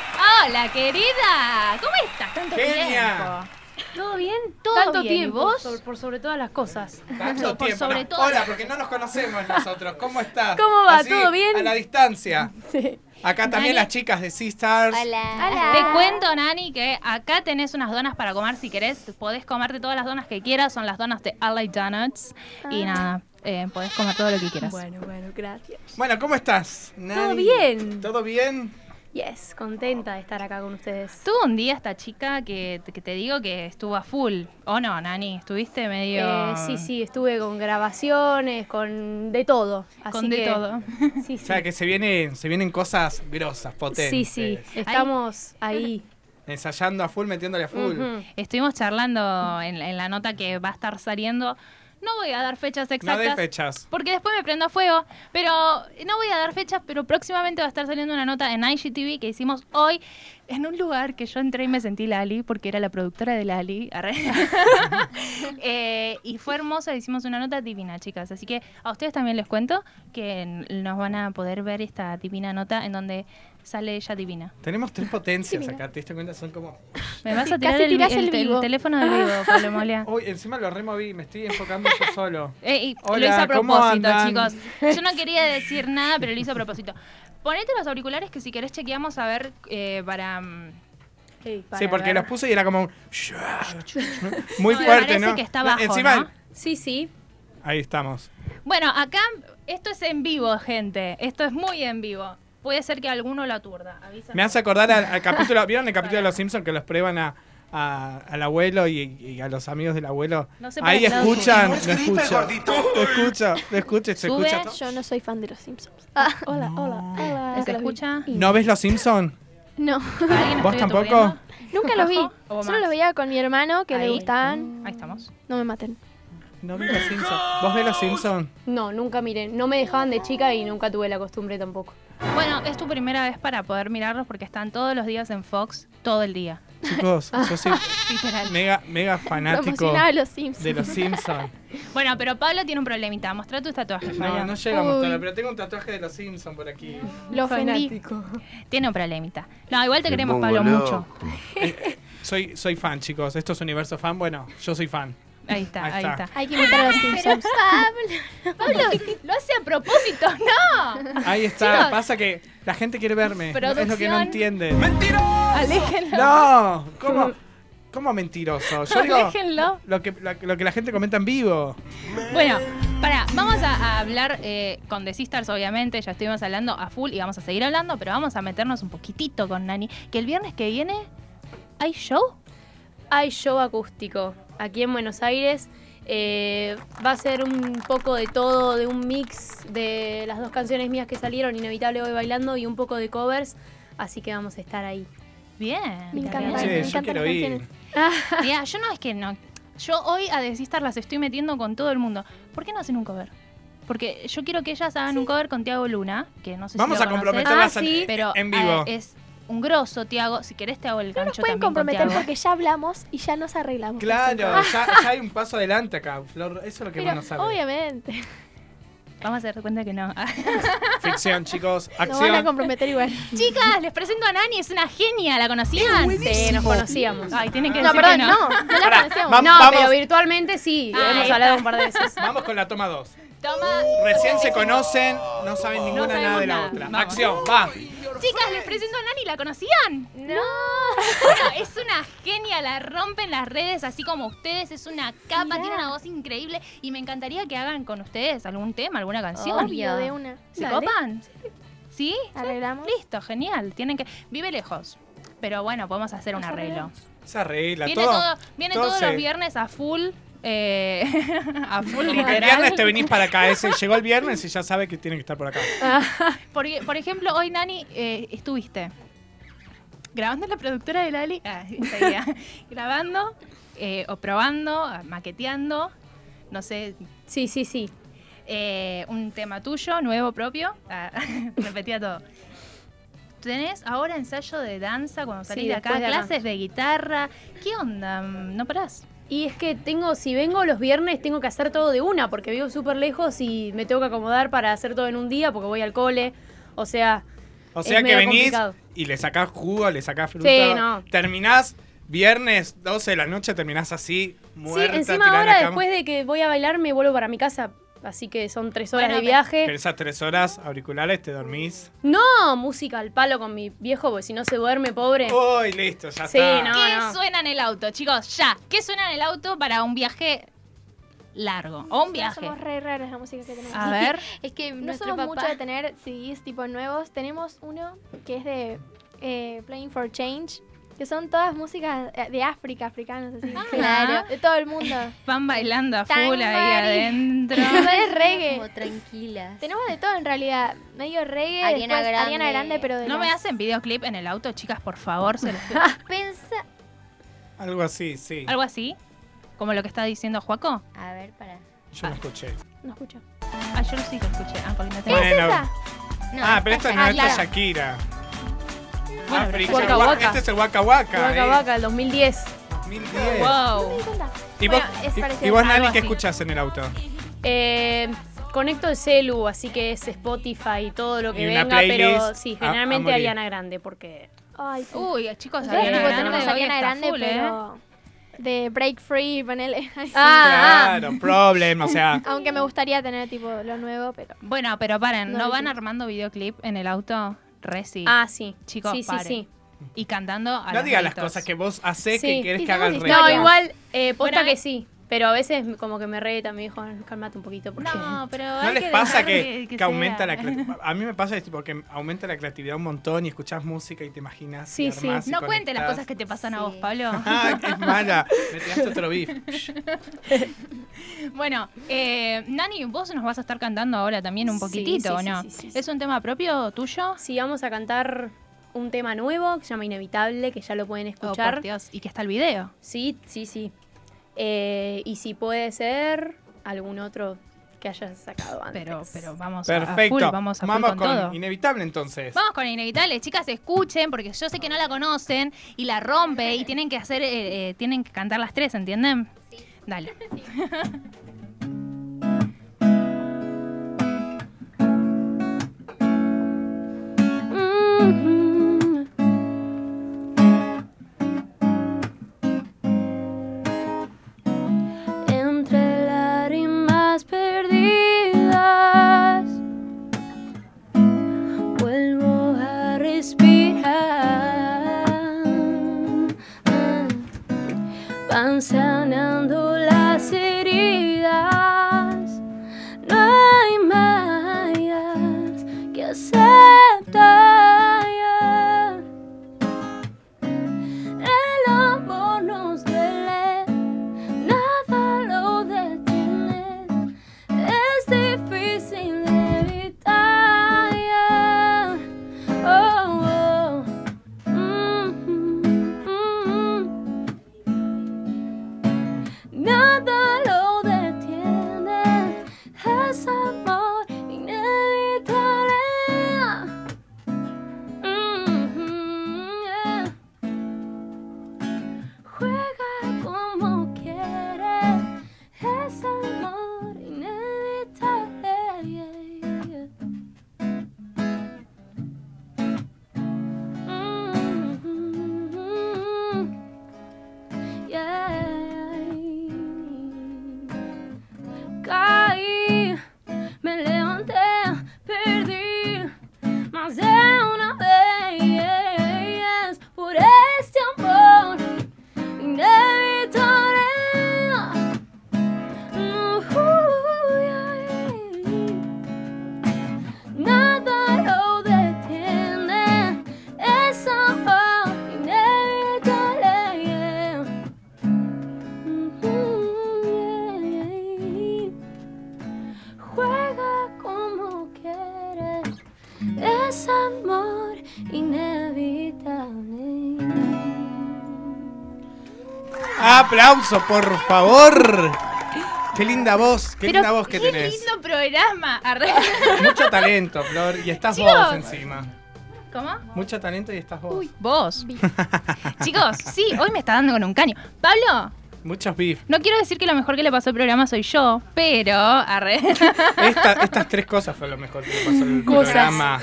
A: ¡Hola, querida! ¿Cómo estás? Tanto
B: Genia.
J: ¿Todo bien? Todo
A: Tanto
J: bien, ¿y
A: tiempo,
J: vos?
A: sobre-
J: por sobre todas las cosas.
B: Tanto
A: Por
B: tiempo.
A: sobre
B: no.
A: todo-
B: Hola, porque no nos conocemos nosotros. ¿Cómo estás?
J: ¿Cómo va? ¿Todo bien?
B: A la distancia. Acá también las chicas de Sisters.
C: Hola.
A: Te cuento, Nani, que acá tenés unas donas para comer si querés. Podés comerte todas las donas que quieras. Son las donas de Allied Donuts. Y nada, eh, podés comer todo lo que quieras.
J: Ah. Bueno, bueno, gracias.
B: Bueno, ¿cómo estás? Nani?
J: bien.
B: ¿Todo bien?
J: Yes, contenta de estar acá con ustedes.
A: Estuvo un día esta chica que, que te digo que estuvo a full. ¿O no, Nani? ¿Estuviste medio...?
J: Eh, sí, sí, estuve con grabaciones, con de todo. Así
A: Con de
J: que-
A: todo.
J: Sí, sí.
B: O sea, que eh. se vienen, se vienen cosas grosas, potentes.
J: Sí, sí, estamos ahí.
B: Ensayando a full, metiéndole a full.
J: Ujú.
A: Estuvimos charlando en, en la nota que va a estar saliendo. No voy a dar fechas
B: No
A: exactas.
B: de fechas.
A: Porque después me prendo a fuego. Pero no voy a dar fechas, pero próximamente va a estar saliendo una nota en IGTV que hicimos hoy en un lugar que yo entré y me sentí Lali, porque era la productora de Lali. Arre. Eh, y fue hermosa, hicimos una nota divina, chicas. Así que a ustedes también les cuento que n- nos van a poder ver esta divina nota en donde sale ella divina.
B: Tenemos tres potencias acá, ¿te diste cuenta? Son como.
A: Me vas a
J: Casi
A: tirar el, vi-
J: tirás
A: el
J: el
A: te- el
J: vivo. Oh,
A: teléfono del vivo, Pablo Molia.
B: Uy, encima lo removí, me estoy enfocando yo solo.
A: Eh, y lo
B: Hola,
A: hice a
B: ¿cómo
A: propósito,
B: andan?
A: chicos. Yo no quería decir nada, pero lo hice a propósito. Ponete los auriculares que si querés chequeamos a ver eh, para... mm,
B: Sí,
J: Hey, para
B: porque
J: ver.
B: los puse y era como un. Muy
A: No, me
B: fuerte,
A: parece
B: ¿no?
A: que está bajo,
B: encima.
A: ¿no?
J: Sí, sí.
B: Ahí estamos.
A: Bueno, acá esto es en vivo, gente. Esto es muy en vivo. Puede ser que alguno lo aturda. Avisa.
B: Me hace acordar al, al capítulo. ¿Vieron el capítulo de los Simpsons que los prueban a, a- al abuelo y, y a los amigos del abuelo?
A: No sé por
B: Ahí
A: qué lado
B: escuchan, lo
A: sube.
B: escuchan. Lo escuchan, lo escuchan, se
A: Sube.
B: escucha.
D: Yo no soy fan de los Simpsons. Ah, hola, hola, hola.
A: ¿Se escucha?
B: ¿No ves los Simpsons?
D: No,
A: ¿Alguien
B: ¿Vos
A: estoy
B: tampoco?
A: aturdiendo?
D: nunca los vi.
A: ¿Bajo o
D: Solo
A: más?
D: los veía con mi hermano que le
A: Ahí.
J: Mm.
D: gustaban.
A: Ahí estamos.
D: No me maten.
B: No ves los Simpsons. ¿Vos ves los Simpsons?
J: No, nunca miré. No me dejaban de chica y nunca tuve la costumbre tampoco.
A: Bueno, es tu primera vez para poder mirarlos porque están todos los días en Fox, todo el día.
B: Chicos, yo soy mega, mega fanático
D: Promocionaba los Simpsons.
B: de los Simpsons.
A: Bueno, pero Pablo tiene un problemita. Mostrá tus tatuajes,
B: No,
A: Pablo.
B: no llega a
D: Uy.
B: mostrarlo, pero tengo un tatuaje de los Simpsons por aquí.
D: Lo ofendí.
A: Tiene un problemita. No, igual te queremos, Pablo, mucho.
B: Soy, soy fan, chicos. Esto es universo fan. Bueno, yo soy fan.
A: Ahí está,
B: Ahí
A: ahí,
B: está.
A: está.
D: Hay que invitar a los Simpsons.
A: Pablo, lo hace a propósito, no.
B: Ahí está.
A: Chicos.
B: Pasa que la gente quiere verme. Es lo que no
A: Producción.
B: entiende.
A: Aléjenlo.
B: No, ¿cómo, cómo mentiroso? Yo digo
A: Aléjenlo.
B: lo que, la- lo que la gente comenta en vivo.
A: Bueno, para, vamos a, a hablar eh, con The Sisters, obviamente. Ya estuvimos hablando a full y vamos a seguir hablando, pero vamos a meternos un poquitito con Nani. Que el viernes que viene hay show.
J: Hay show acústico aquí en Buenos Aires. Eh, va a ser un poco de todo, de un mix de las dos canciones mías que salieron, Inevitable Hoy Bailando y un poco de covers. Así que vamos a estar ahí.
A: Bien.
D: Me encanta.
A: bien.
D: Ay,
B: Che,
D: me
B: yo
D: encantan
B: quiero
D: las
B: ir.
D: canciones.
A: Mirá, yo no es que no. Yo hoy a The Sisters las estoy metiendo con todo el mundo. ¿Por qué no hacen un cover? Porque yo quiero que ellas hagan un cover con Tiago Luna, que no sé
B: Vamos
A: si
B: a
A: lo conoces.
B: comprometerlas
J: Ah, sí.
B: en,
A: pero
B: en vivo.
A: eh, es un grosso, Tiago. Si querés te hago el gancho
D: Pueden
A: también con
D: comprometer
A: Tiago.
D: porque ya hablamos y ya nos arreglamos.
B: Claro, ya, ya hay un paso adelante acá, Flor. Eso es lo que
D: Pero,
B: uno sabe.
D: obviamente.
A: Vamos a hacer cuenta que no.
B: Ficción, chicos.
D: Lo van a
B: Acción.
D: comprometer igual.
A: Chicas, les presento a Nani, es una genia. ¿La conocían? Sí, nos conocíamos. Ay, tienen que
J: No,
A: decir
J: perdón,
A: que
J: no, no la Pará, conocíamos. vam-
A: no, pero
J: vamos.
A: virtualmente sí.
J: Ah,
A: hemos
J: ahí
A: hablado
J: está.
A: un par de veces.
B: Vamos con la toma 2.
A: Toma.
B: Recién se conocen, no saben ninguna
A: sabemos
B: nada de la
A: nada.
B: otra.
A: Vamos.
B: Acción, va.
A: Chicas, les presento a Nani, ¿la conocían? No. Bueno, es una genia, la rompen las redes así como ustedes, es una capa,
D: Mirá.
A: tiene una voz increíble y me encantaría que hagan con ustedes algún tema, alguna canción.
D: Obvio, de una.
A: ¿Se
D: Dale.
A: copan? ¿Sí?
D: Arreglamos.
A: Listo, genial. Tienen que vive lejos. Pero bueno, podemos hacer un arreglo.
B: Se arregla
A: Viene
B: todo.
A: todo- viene
B: todo
A: todos
B: se-
A: los viernes a full eh, a full
B: El
A: literal.
B: viernes te venís para acá. Ese llegó el viernes y ya sabe que tiene que estar por acá.
A: Porque, por ejemplo, hoy Nani eh, estuviste grabando en la productora de Lali, ah, seguía. grabando eh, o probando, ah, maqueteando, no sé. Sí, sí, sí. un tema tuyo, nuevo propio. Ah, repetía todo. ¿Tenés ahora ensayo de danza cuando
J: Sí,
A: salís de acá?
J: después de acá.
A: clases de guitarra. ¿Qué onda? Mm, ¿No parás?
J: Y es que tengo, si vengo los viernes, tengo que hacer todo de una, porque vivo súper lejos y me tengo que acomodar para hacer todo en un día, porque voy al cole. O sea,
B: O
J: es
B: sea que
J: medio
B: venís
J: complicado.
B: y le sacás jugo, le sacás fruta.
J: Sí, no.
B: Terminás viernes 12 de la noche, terminás así, muerta,
J: sí, encima
B: tirada en la
J: ahora,
B: cama.
J: después de que voy a bailar, me vuelvo para mi casa. Así que son tres horas
A: Bueno,
J: de viaje.
B: Pero esas tres horas auriculares te dormís.
J: No, música al palo con mi viejo, porque si no se duerme, pobre.
B: Uy, listo, ya
J: Sí,
B: está.
J: no.
A: ¿Qué suena en el auto, chicos? Ya. ¿Qué suena en el auto para un viaje largo? O un viaje.
D: Somos re raras la música que tenemos.
J: Ah.
A: A ver.
C: Es que
D: No
C: nuestro
D: somos
C: papá...
D: mucho de tener CDs tipo nuevos. Tenemos uno que es de eh, Playing for Change, que son todas músicas eh, de África, africanos, así.
A: Ah.
C: claro.
D: De todo el mundo.
A: Van bailando a
D: Tan
A: full ahí
D: bari.
A: adentro.
D: No es reggae.
C: Como tranquilas.
D: Tenemos de todo en realidad. Medio reggae,
C: Ariana
D: después Ariana
C: Grande.
D: Grande, pero de
A: No
D: las-
A: me hacen videoclip en el auto, chicas, por favor. se los pido.
C: Pensa...
B: Algo así, sí.
A: Algo así. Como lo que está diciendo Juaco.
C: A ver, para...
B: Yo no escuché.
D: No escucho.
A: Ah, yo sí lo escuché. Ah, porque no
D: ¿Qué
A: tengo.
D: es
B: Bueno.
D: esa?
C: No,
B: ah, pero esta no,
A: Ah,
B: esta es
A: claro.
B: Shakira.
A: Bueno,
B: África,
J: pero- Waka
B: gua-
J: Waka.
B: Este es el Waka Waka.
J: Waka
B: eh.
J: Waka, el 2010.
B: 2010.
A: Wow.
B: ¿Y vos,
D: Bueno, es
B: y-
D: parecido
B: y vos,
D: a
B: Nani,
D: algo
B: qué
D: así.
B: escuchás en el auto?
J: Eh, conecto el celu, así que es Spotify y todo lo
B: Y
J: que
B: una
J: venga, pero
B: playlist Ah,
J: sí,
B: a- a
J: generalmente
B: morir.
J: Ariana Grande, porque...
D: Ay, sí.
A: Uy, chicos,
D: Nosotros,
A: Uh, Ariana
D: tipo,
A: Grande.
D: tenemos
A: hoy
D: Ariana
A: está
D: Grande,
A: full, eh. Ah.
D: pero de Break Free, ponele. Ay, sí.
B: claro, problem, o sea.
D: Aunque me gustaría tener tipo lo nuevo, pero.
A: Bueno, pero paren,
D: No
A: ¿no
D: lo
A: van
D: hicimos.
A: armando videoclip en el auto? Reci.
J: Ah, sí.
A: Chicos,
J: sí, sí,
A: paren.
J: sí.
A: Y cantando a
B: No
A: los
B: digas las
A: gritos.
B: cosas que vos hacés
J: Sí,
B: que querés
D: y
B: que haga el
D: somos
B: resto.
J: No,
D: Pero-
J: igual, eh, posta
A: Bueno, eh.
J: que sí. Pero a veces como que me reta, me dijo, "Ah, cálmate un poquito. Porque...
A: No, pero.
B: ¿No
A: hay
B: les
A: que
B: pasa
A: dejar
B: que, que
A: sea.
B: aumenta la creatividad? A mí me pasa es tipo, que aumenta la creatividad un montón y escuchás música y te imaginas. y
J: Sí, sí.
B: armás y
A: No cuente las
B: conectás.
A: cosas que te pasan a
C: Sí.
A: vos, Pablo.
B: Ah, es mala. Me tiraste otro beef.
A: Bueno, eh, Nani, vos nos vas a estar cantando ahora también un
J: Sí,
A: poquitito,
J: sí,
A: ¿o
J: sí,
A: no?
J: sí, sí, sí.
A: ¿Es un tema propio tuyo?
J: Sí, vamos a cantar un tema nuevo que se llama Inevitable, que ya lo pueden
A: Oh, por
J: escuchar.
A: Dios, y que está el video.
J: sí, sí, sí. Eh, y si puede ser algún otro que hayas sacado antes.
A: Pero, pero vamos a-
B: Perfecto.
A: a full, vamos a full con, todo.
B: Inevitable entonces.
A: Vamos con Inevitable, chicas, escuchen, porque yo sé que no la conocen y la rompe y tienen que hacer, eh, eh, tienen que cantar las tres, ¿entienden? Sí. Dale.
J: Mhm. Entre lágrimas perdidas, vuelvo a respirar. Van sanando las heridas. Oh, Mm, Mm-hmm, este
K: desamor inevitable.
B: Aplauso, por favor. Qué linda voz, qué linda voz que
A: qué
B: tenés.
A: lindo programa. Arre-
B: Mucho talento, Flor, y estás
A: Chicos.
B: vos encima.
A: ¿Cómo?
B: Mucho talento y estás vos.
A: Vos. Chicos, sí, hoy me está dando con un caño. Pablo,
B: Muchos beef.
A: no quiero decir que lo mejor que le pasó al programa soy yo, pero. Arre.
B: Esta- estas tres cosas fue lo mejor que le pasó al
A: Cosas.
B: programa.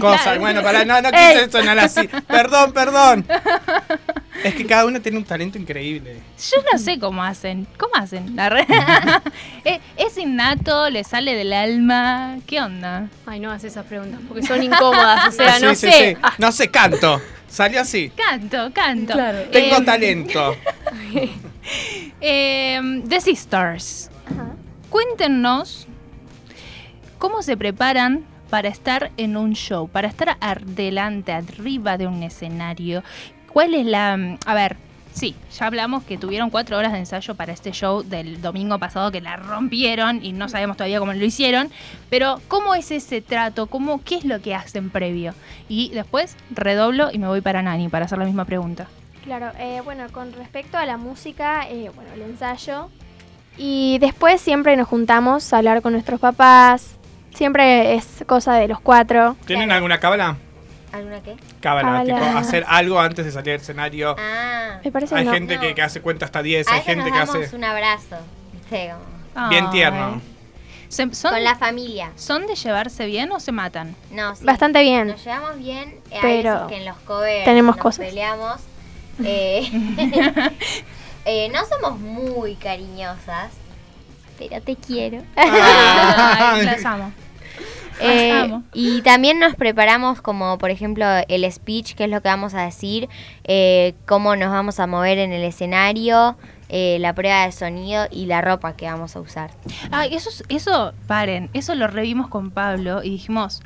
B: Cosas. Bueno, pará, no, no quise
A: Ey.
B: sonar así. Perdón, perdón. Es que cada uno tiene un talento increíble.
A: Yo no sé cómo hacen. ¿Cómo hacen? La re- Eh, es innato, le sale del alma. ¿Qué onda?
J: Ay, no haces esas preguntas porque son incómodas. O sea, no
B: Ah, Sí, sí,
J: sé. Ah.
B: sí. No sé, canto. Salió así.
A: Canto, canto.
B: Tengo
A: Em,
B: talento.
A: em, The Sisters. Cuéntenos cómo se preparan para estar en un show, para estar adelante, arriba de un escenario. ¿Cuál es la. mm, A ver. Sí, ya hablamos que tuvieron cuatro horas de ensayo para este show del domingo pasado que la rompieron y no sabemos todavía cómo lo hicieron. Pero, ¿cómo es ese trato? ¿Cómo, ¿Qué es lo que hacen previo? Y después redoblo y me voy para Nani para hacer la misma pregunta.
D: Claro, eh, bueno, con respecto a la música, eh, bueno, el ensayo. Y después siempre nos juntamos a hablar con nuestros papás. Siempre es cosa de los cuatro.
B: ¿Tienen alguna cábala?
C: ¿Alguna qué?
B: Cábala,
D: Cábala.
B: tipo hacer algo antes de salir al escenario.
C: Ah.
D: Me parece
B: hay
D: no.
B: gente Que, que hace cuenta hasta 10,
C: A
B: hay
C: veces
B: gente
C: nos
B: que
C: damos
B: hace
C: un abrazo. ¿viste? como-
B: bien tierno.
A: Se- son-
C: Con la familia.
A: ¿Son de llevarse bien o se matan?
C: No, sí.
D: Bastante bien.
C: Nos llevamos bien. eh, hay
D: Pero
C: veces que en los covers
D: tenemos
C: nos
D: cosas.
C: peleamos. Eh, eh, no somos muy cariñosas. Pero te quiero.
A: Ay, las amo.
C: Eh,
A: Las amo.
C: y también nos preparamos como, por ejemplo, el speech, qué es lo que vamos a decir, eh, cómo nos vamos a mover en el escenario, eh, la prueba de sonido y la ropa que vamos a usar.
A: Ay, eso, es- eso, paren, eso lo revimos con Pablo y dijimos,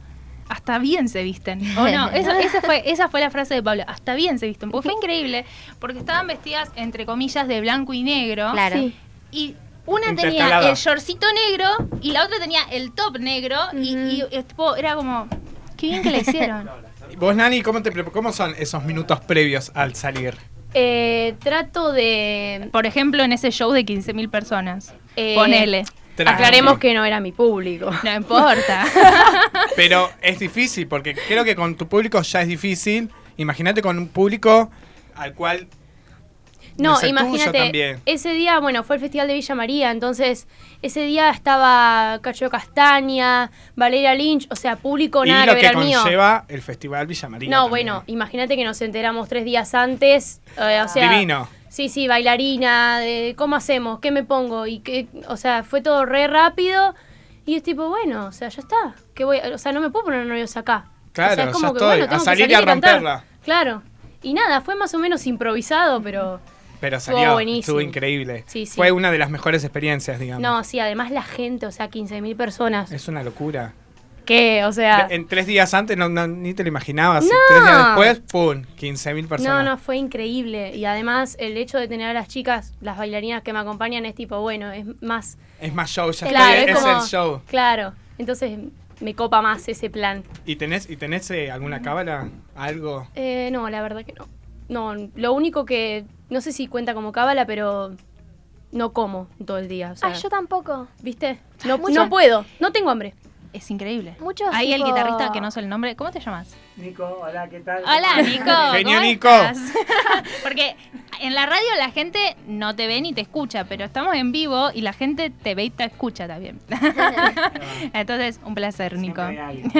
A: hasta bien se visten. O no, eso- esa, fue, esa fue la frase de Pablo, hasta bien se visten. Porque fue increíble, porque estaban vestidas, entre comillas, de blanco y negro.
C: Claro. Ah, Sí.
A: Y una
C: Intercalado.
A: tenía el shortcito negro y la otra tenía el top negro y, y es tipo, era como, qué bien que la hicieron.
B: Vos, Nani, ¿cómo, te, pre- ¿cómo son esos minutos previos al salir?
J: Eh, trato de.
A: Por ejemplo, en ese show de 15.000 personas. Ponele.
B: Tranqui.
J: Aclaremos que no era mi público.
A: No importa.
B: Pero es difícil, porque creo que con tu público ya es difícil. Imagínate con un público al cual.
J: No,
B: es el tuyo
J: imagínate.
B: también.
J: Ese día, bueno, fue el Festival de Villa María, entonces ese día estaba Cacho Castaña, Valeria Lynch, o sea, público nada
B: y lo
J: que
B: que,
J: ver al mío.
B: conlleva el Festival Villa María.
J: No,
B: también.
J: bueno, imagínate que nos enteramos tres días antes, eh, o sea,
B: Divino.
J: Sí, sí, bailarina, de cómo hacemos, qué me pongo y qué, o sea, fue todo re rápido y es tipo, bueno, o sea, ya está, que voy, o sea, no me puedo poner nerviosa acá.
B: Claro,
J: o sea, es como
B: ya
J: que,
B: estoy,
J: bueno,
B: a
J: tengo que
B: salir y a
J: cantar.
B: romperla.
J: Claro. Y nada, fue más o menos improvisado, pero
B: Pero
J: Estuvo
B: salió,
J: buenísimo.
B: estuvo increíble.
J: Sí, sí.
B: Fue una de las mejores experiencias, digamos.
J: no, sí, además la gente, o sea, 15.000 personas.
B: Es una locura.
J: Que, o sea,
B: De- En tres días antes no, no- ni te lo imaginabas.
J: No.
B: Tres días después, ¡pum! 15.000
J: No,
B: personas.
J: no, fue increíble. Y además el hecho de tener a las chicas, las bailarinas que me acompañan, es tipo, bueno, es más...
B: Es más show, ya
J: Claro,
B: estoy-
J: es
B: es,
J: como-
B: el show.
J: Claro, entonces me copa más ese plan.
B: ¿Y tenés, y tenés eh, alguna cábala? ¿Algo?
J: Eh, no, la verdad que no. No, lo único que, no sé si cuenta como cábala, pero no como todo el día. o sea,
D: Ah, yo tampoco. Ah,
J: ¿Viste? No,
D: Mucho.
J: no puedo, no tengo hambre.
A: Es increíble.
D: Muchos
A: Ahí el
D: tipo-
A: guitarrista que no sé el nombre, ¿cómo te llamas?
L: Nico, hola, ¿qué tal?
A: Hola, Nico. ¿cómo
B: Genio, Nico.
A: estás? Porque en la radio la gente no te ve ni te escucha, pero estamos en vivo y la gente te ve y te escucha también. Entonces, un placer, Nico.
L: hay alguien.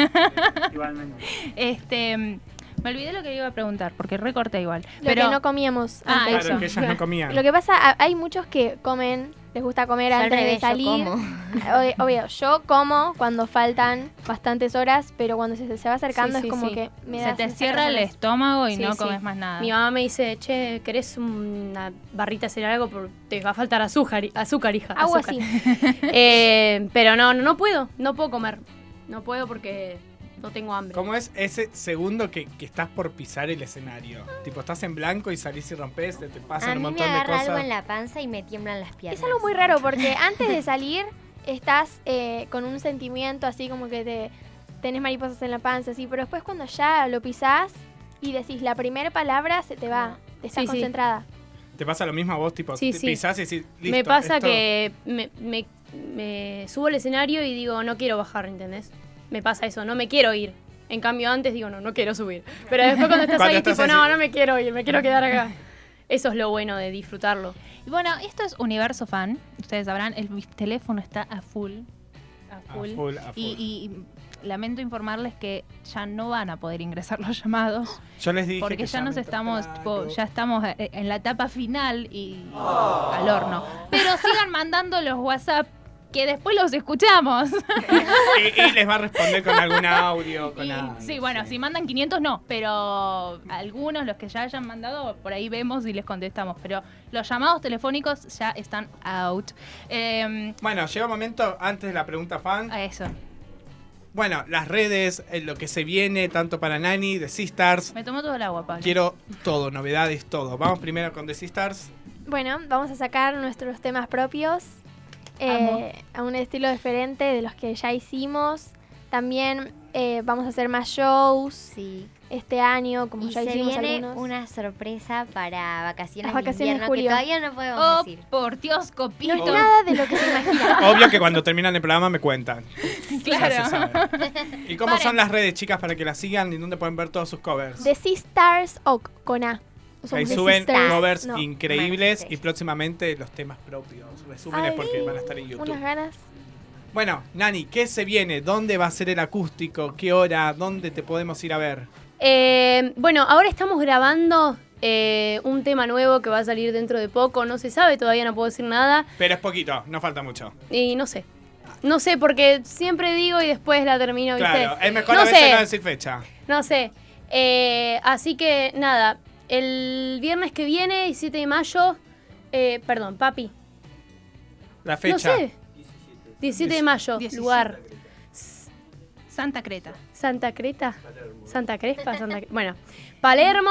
L: Igualmente.
A: Este, mm, me olvidé lo que iba a preguntar, porque recorté igual.
D: Lo
A: pero
D: que no comíamos.
A: Ah,
D: antes.
A: eso.
B: Claro, que ellas no comían.
D: Lo que pasa, a- hay muchos que comen, les gusta comer
C: Yo al
D: antes de
C: revés, yo
D: salir.
C: como.
D: Ob- Obvio, yo como cuando faltan bastantes horas, pero cuando se, se va acercando
J: Sí,
D: es
J: sí,
D: como
J: sí.
D: que me
A: se
D: da
A: te
D: sensación
A: cierra el
D: de-
A: estómago y
J: Sí,
A: no
J: sí.
A: comes más
D: Ah.
A: nada.
J: Mi mamá me dice, che, ¿querés una barrita hacer algo? Por- Te va a faltar azúcar, azúcar hija.
D: Algo
J: azúcar".
D: así.
J: Eh, pero no, no, no puedo, no puedo comer. No puedo porque no tengo hambre.
B: ¿Cómo es ese segundo que, que estás por pisar el escenario? Tipo, estás en blanco y salís y rompes, te, te pasan
C: a
B: un
C: mí me
B: montón de
C: agarra
B: cosas.
C: algo en la panza y me tiemblan las piernas.
D: Es algo muy raro porque antes de salir estás eh, con un sentimiento así como que te,
M: tenés mariposas en la panza, sí, pero después cuando ya lo pisás y decís la primera palabra, se te va. Estás
J: Sí, sí.
M: concentrada.
B: ¿Te pasa lo mismo a vos? Tipo,
J: Sí,
B: te
J: sí.
B: pisás y decís, listo.
J: me pasa
B: esto-
J: que me, me- me subo al escenario y digo, no quiero bajar, ¿entendés? Me pasa eso, no me quiero ir. En cambio, antes digo, no, no quiero subir. Pero después cuando estás
A: Cuando
J: ahí,
A: estás
J: tipo,
A: así-
J: no, no me quiero ir, me quiero quedar acá. Eso es lo bueno de disfrutarlo.
A: Y bueno, esto es Universo Fan. Ustedes sabrán, el mi teléfono está a full. A full.
B: Ah, full, a
A: Y, y lamento informarles que ya no van a poder ingresar los llamados.
B: Yo les dije
A: Porque
B: que
A: ya nos
B: llamen.
A: estamos, tipo, ya estamos eh, en la etapa final y al horno. Pero sigan mandando los WhatsApp que después los escuchamos.
B: Y, y les va a responder con algún audio, con algo.
A: Sí, bueno, si mandan 500 no, pero algunos, los que ya hayan mandado, por ahí vemos y les contestamos. Pero los llamados telefónicos ya están out. Eh,
B: Bueno, llega un momento antes de la pregunta fan.
A: a eso.
B: Bueno, las redes, eh, lo que se viene, tanto para Nani, The Sisters.
A: Me tomo todo el agua, Pablo.
B: Quiero todo, novedades, todo. Vamos primero con The Sisters.
M: Bueno, vamos a sacar nuestros temas propios eh, a un estilo diferente de los que ya hicimos. También eh, vamos a hacer más shows este año, como
C: Y
M: ya
C: se
M: hicimos
C: viene
M: algunos.
C: una sorpresa para vacaciones,
M: Las vacaciones de
C: de invierno
M: julio.
C: que todavía no podemos
A: Oh,
C: decir.
A: por Dios, copito.
B: No es nada
M: de lo que se imagina.
B: Obvio que cuando terminan el programa me cuentan. Ya se
A: Claro.
B: sabe. ¿Y cómo son las redes, chicas, para que las sigan y dónde pueden ver todos sus covers?
M: The Sisters Oak con A. Somos
B: Ahí
M: The
B: suben
M: Sisters,
B: covers
M: no.
B: increíbles y próximamente los temas propios. Resúmenes
M: Ay,
B: porque van a estar en YouTube.
M: Unas ganas.
B: Bueno, Nani, ¿qué se viene? ¿Dónde va a ser el acústico? ¿Qué hora? ¿Dónde te podemos ir a ver?
J: Eh, bueno, ahora estamos grabando eh, un tema nuevo que va a salir dentro de poco. No se sabe, todavía no puedo decir nada.
B: Pero es poquito, no falta mucho.
J: Y no sé. No sé, porque siempre digo y después la termino, ¿viste?
B: Claro, es mejor
J: no
B: a veces
J: sé,
B: no decir fecha.
J: No sé. Eh, así que nada, el viernes que viene, 17 de mayo, eh, perdón, papi,
B: La fecha.
J: no sé. 17 de mayo, lugar.
A: Santa Creta.
J: Santa Creta. Santa Crespa, Santa Cre- Bueno, Palermo.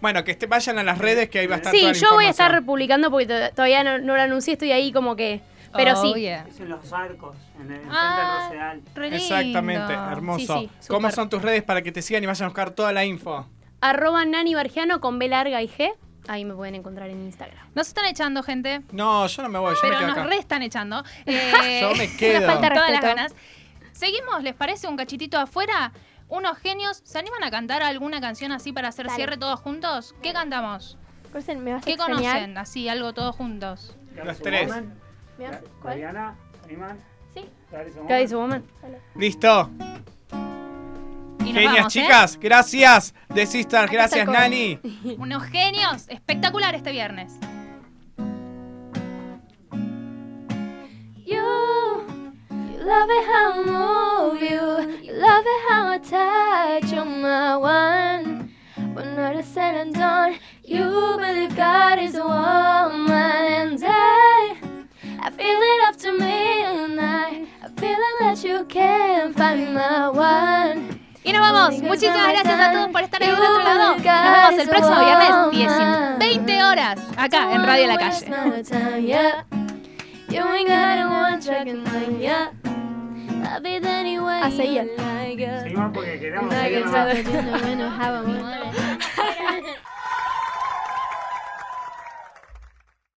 B: Bueno, que este- vayan a las redes que ahí va a estar
J: Sí,
B: toda la
J: yo voy a
B: información.
J: estar republicando porque to- todavía no, no lo anuncié, estoy ahí como que. Pero sí.
E: Es en los arcos, en el
J: Ah,
E: frente al Rosedal.
B: Exactamente, hermoso.
J: Sí, sí,
B: ¿Cómo
J: súper.
B: son tus redes para que te sigan y vayan a buscar toda la info?
J: Arroba Nani Bargiano con B larga y G. Ahí me pueden encontrar en Instagram.
A: Nos están echando, gente.
B: No, yo no me voy, yo me
A: Pero
B: quedo
A: nos
B: acá.
A: re están echando.
B: Yo me quedo. Una falta de
A: Eh, Todas las
B: respeto.
A: ganas. Seguimos, ¿les parece un cachitito afuera? Unos genios, ¿se animan a cantar alguna canción así para hacer
M: Dale.
A: cierre todos juntos? ¿Qué cantamos?
M: Corsen, me vas a
A: ¿Qué
M: extrañar.
A: conocen? Así, algo todos juntos.
B: Los tres.
M: ¿Me vas- cuál?
E: ¿Mariana? ¿Animan?
M: Sí.
J: Cádiz Woman.
B: Listo.
A: Y nos
B: Genias,
A: vamos, ¿eh?
B: chicas. Gracias, The Sisters.
A: Acá está el
B: Gracias,
A: coro.
B: Nani.
A: Unos genios, espectacular este viernes.
D: You, you love it how I move you, you love it how I touch you, my one. When all is said and done, you believe God is a woman, and I, I feel it after midnight. I feel it that you can find my one.
A: Y nos vamos. Muchísimas gracias a todos por estar ahí del otro lado. Nos vemos el próximo viernes, 10 y 20 horas, acá en Radio La Calle.
D: Yeah. You ain't got a one track in mind, yeah. I'll be there anyway.
M: Hacé
D: you like it.
E: Seguimos porque queremos.
D: And I
E: seguir
D: can
E: nomás.
D: tell that you know when I have a one.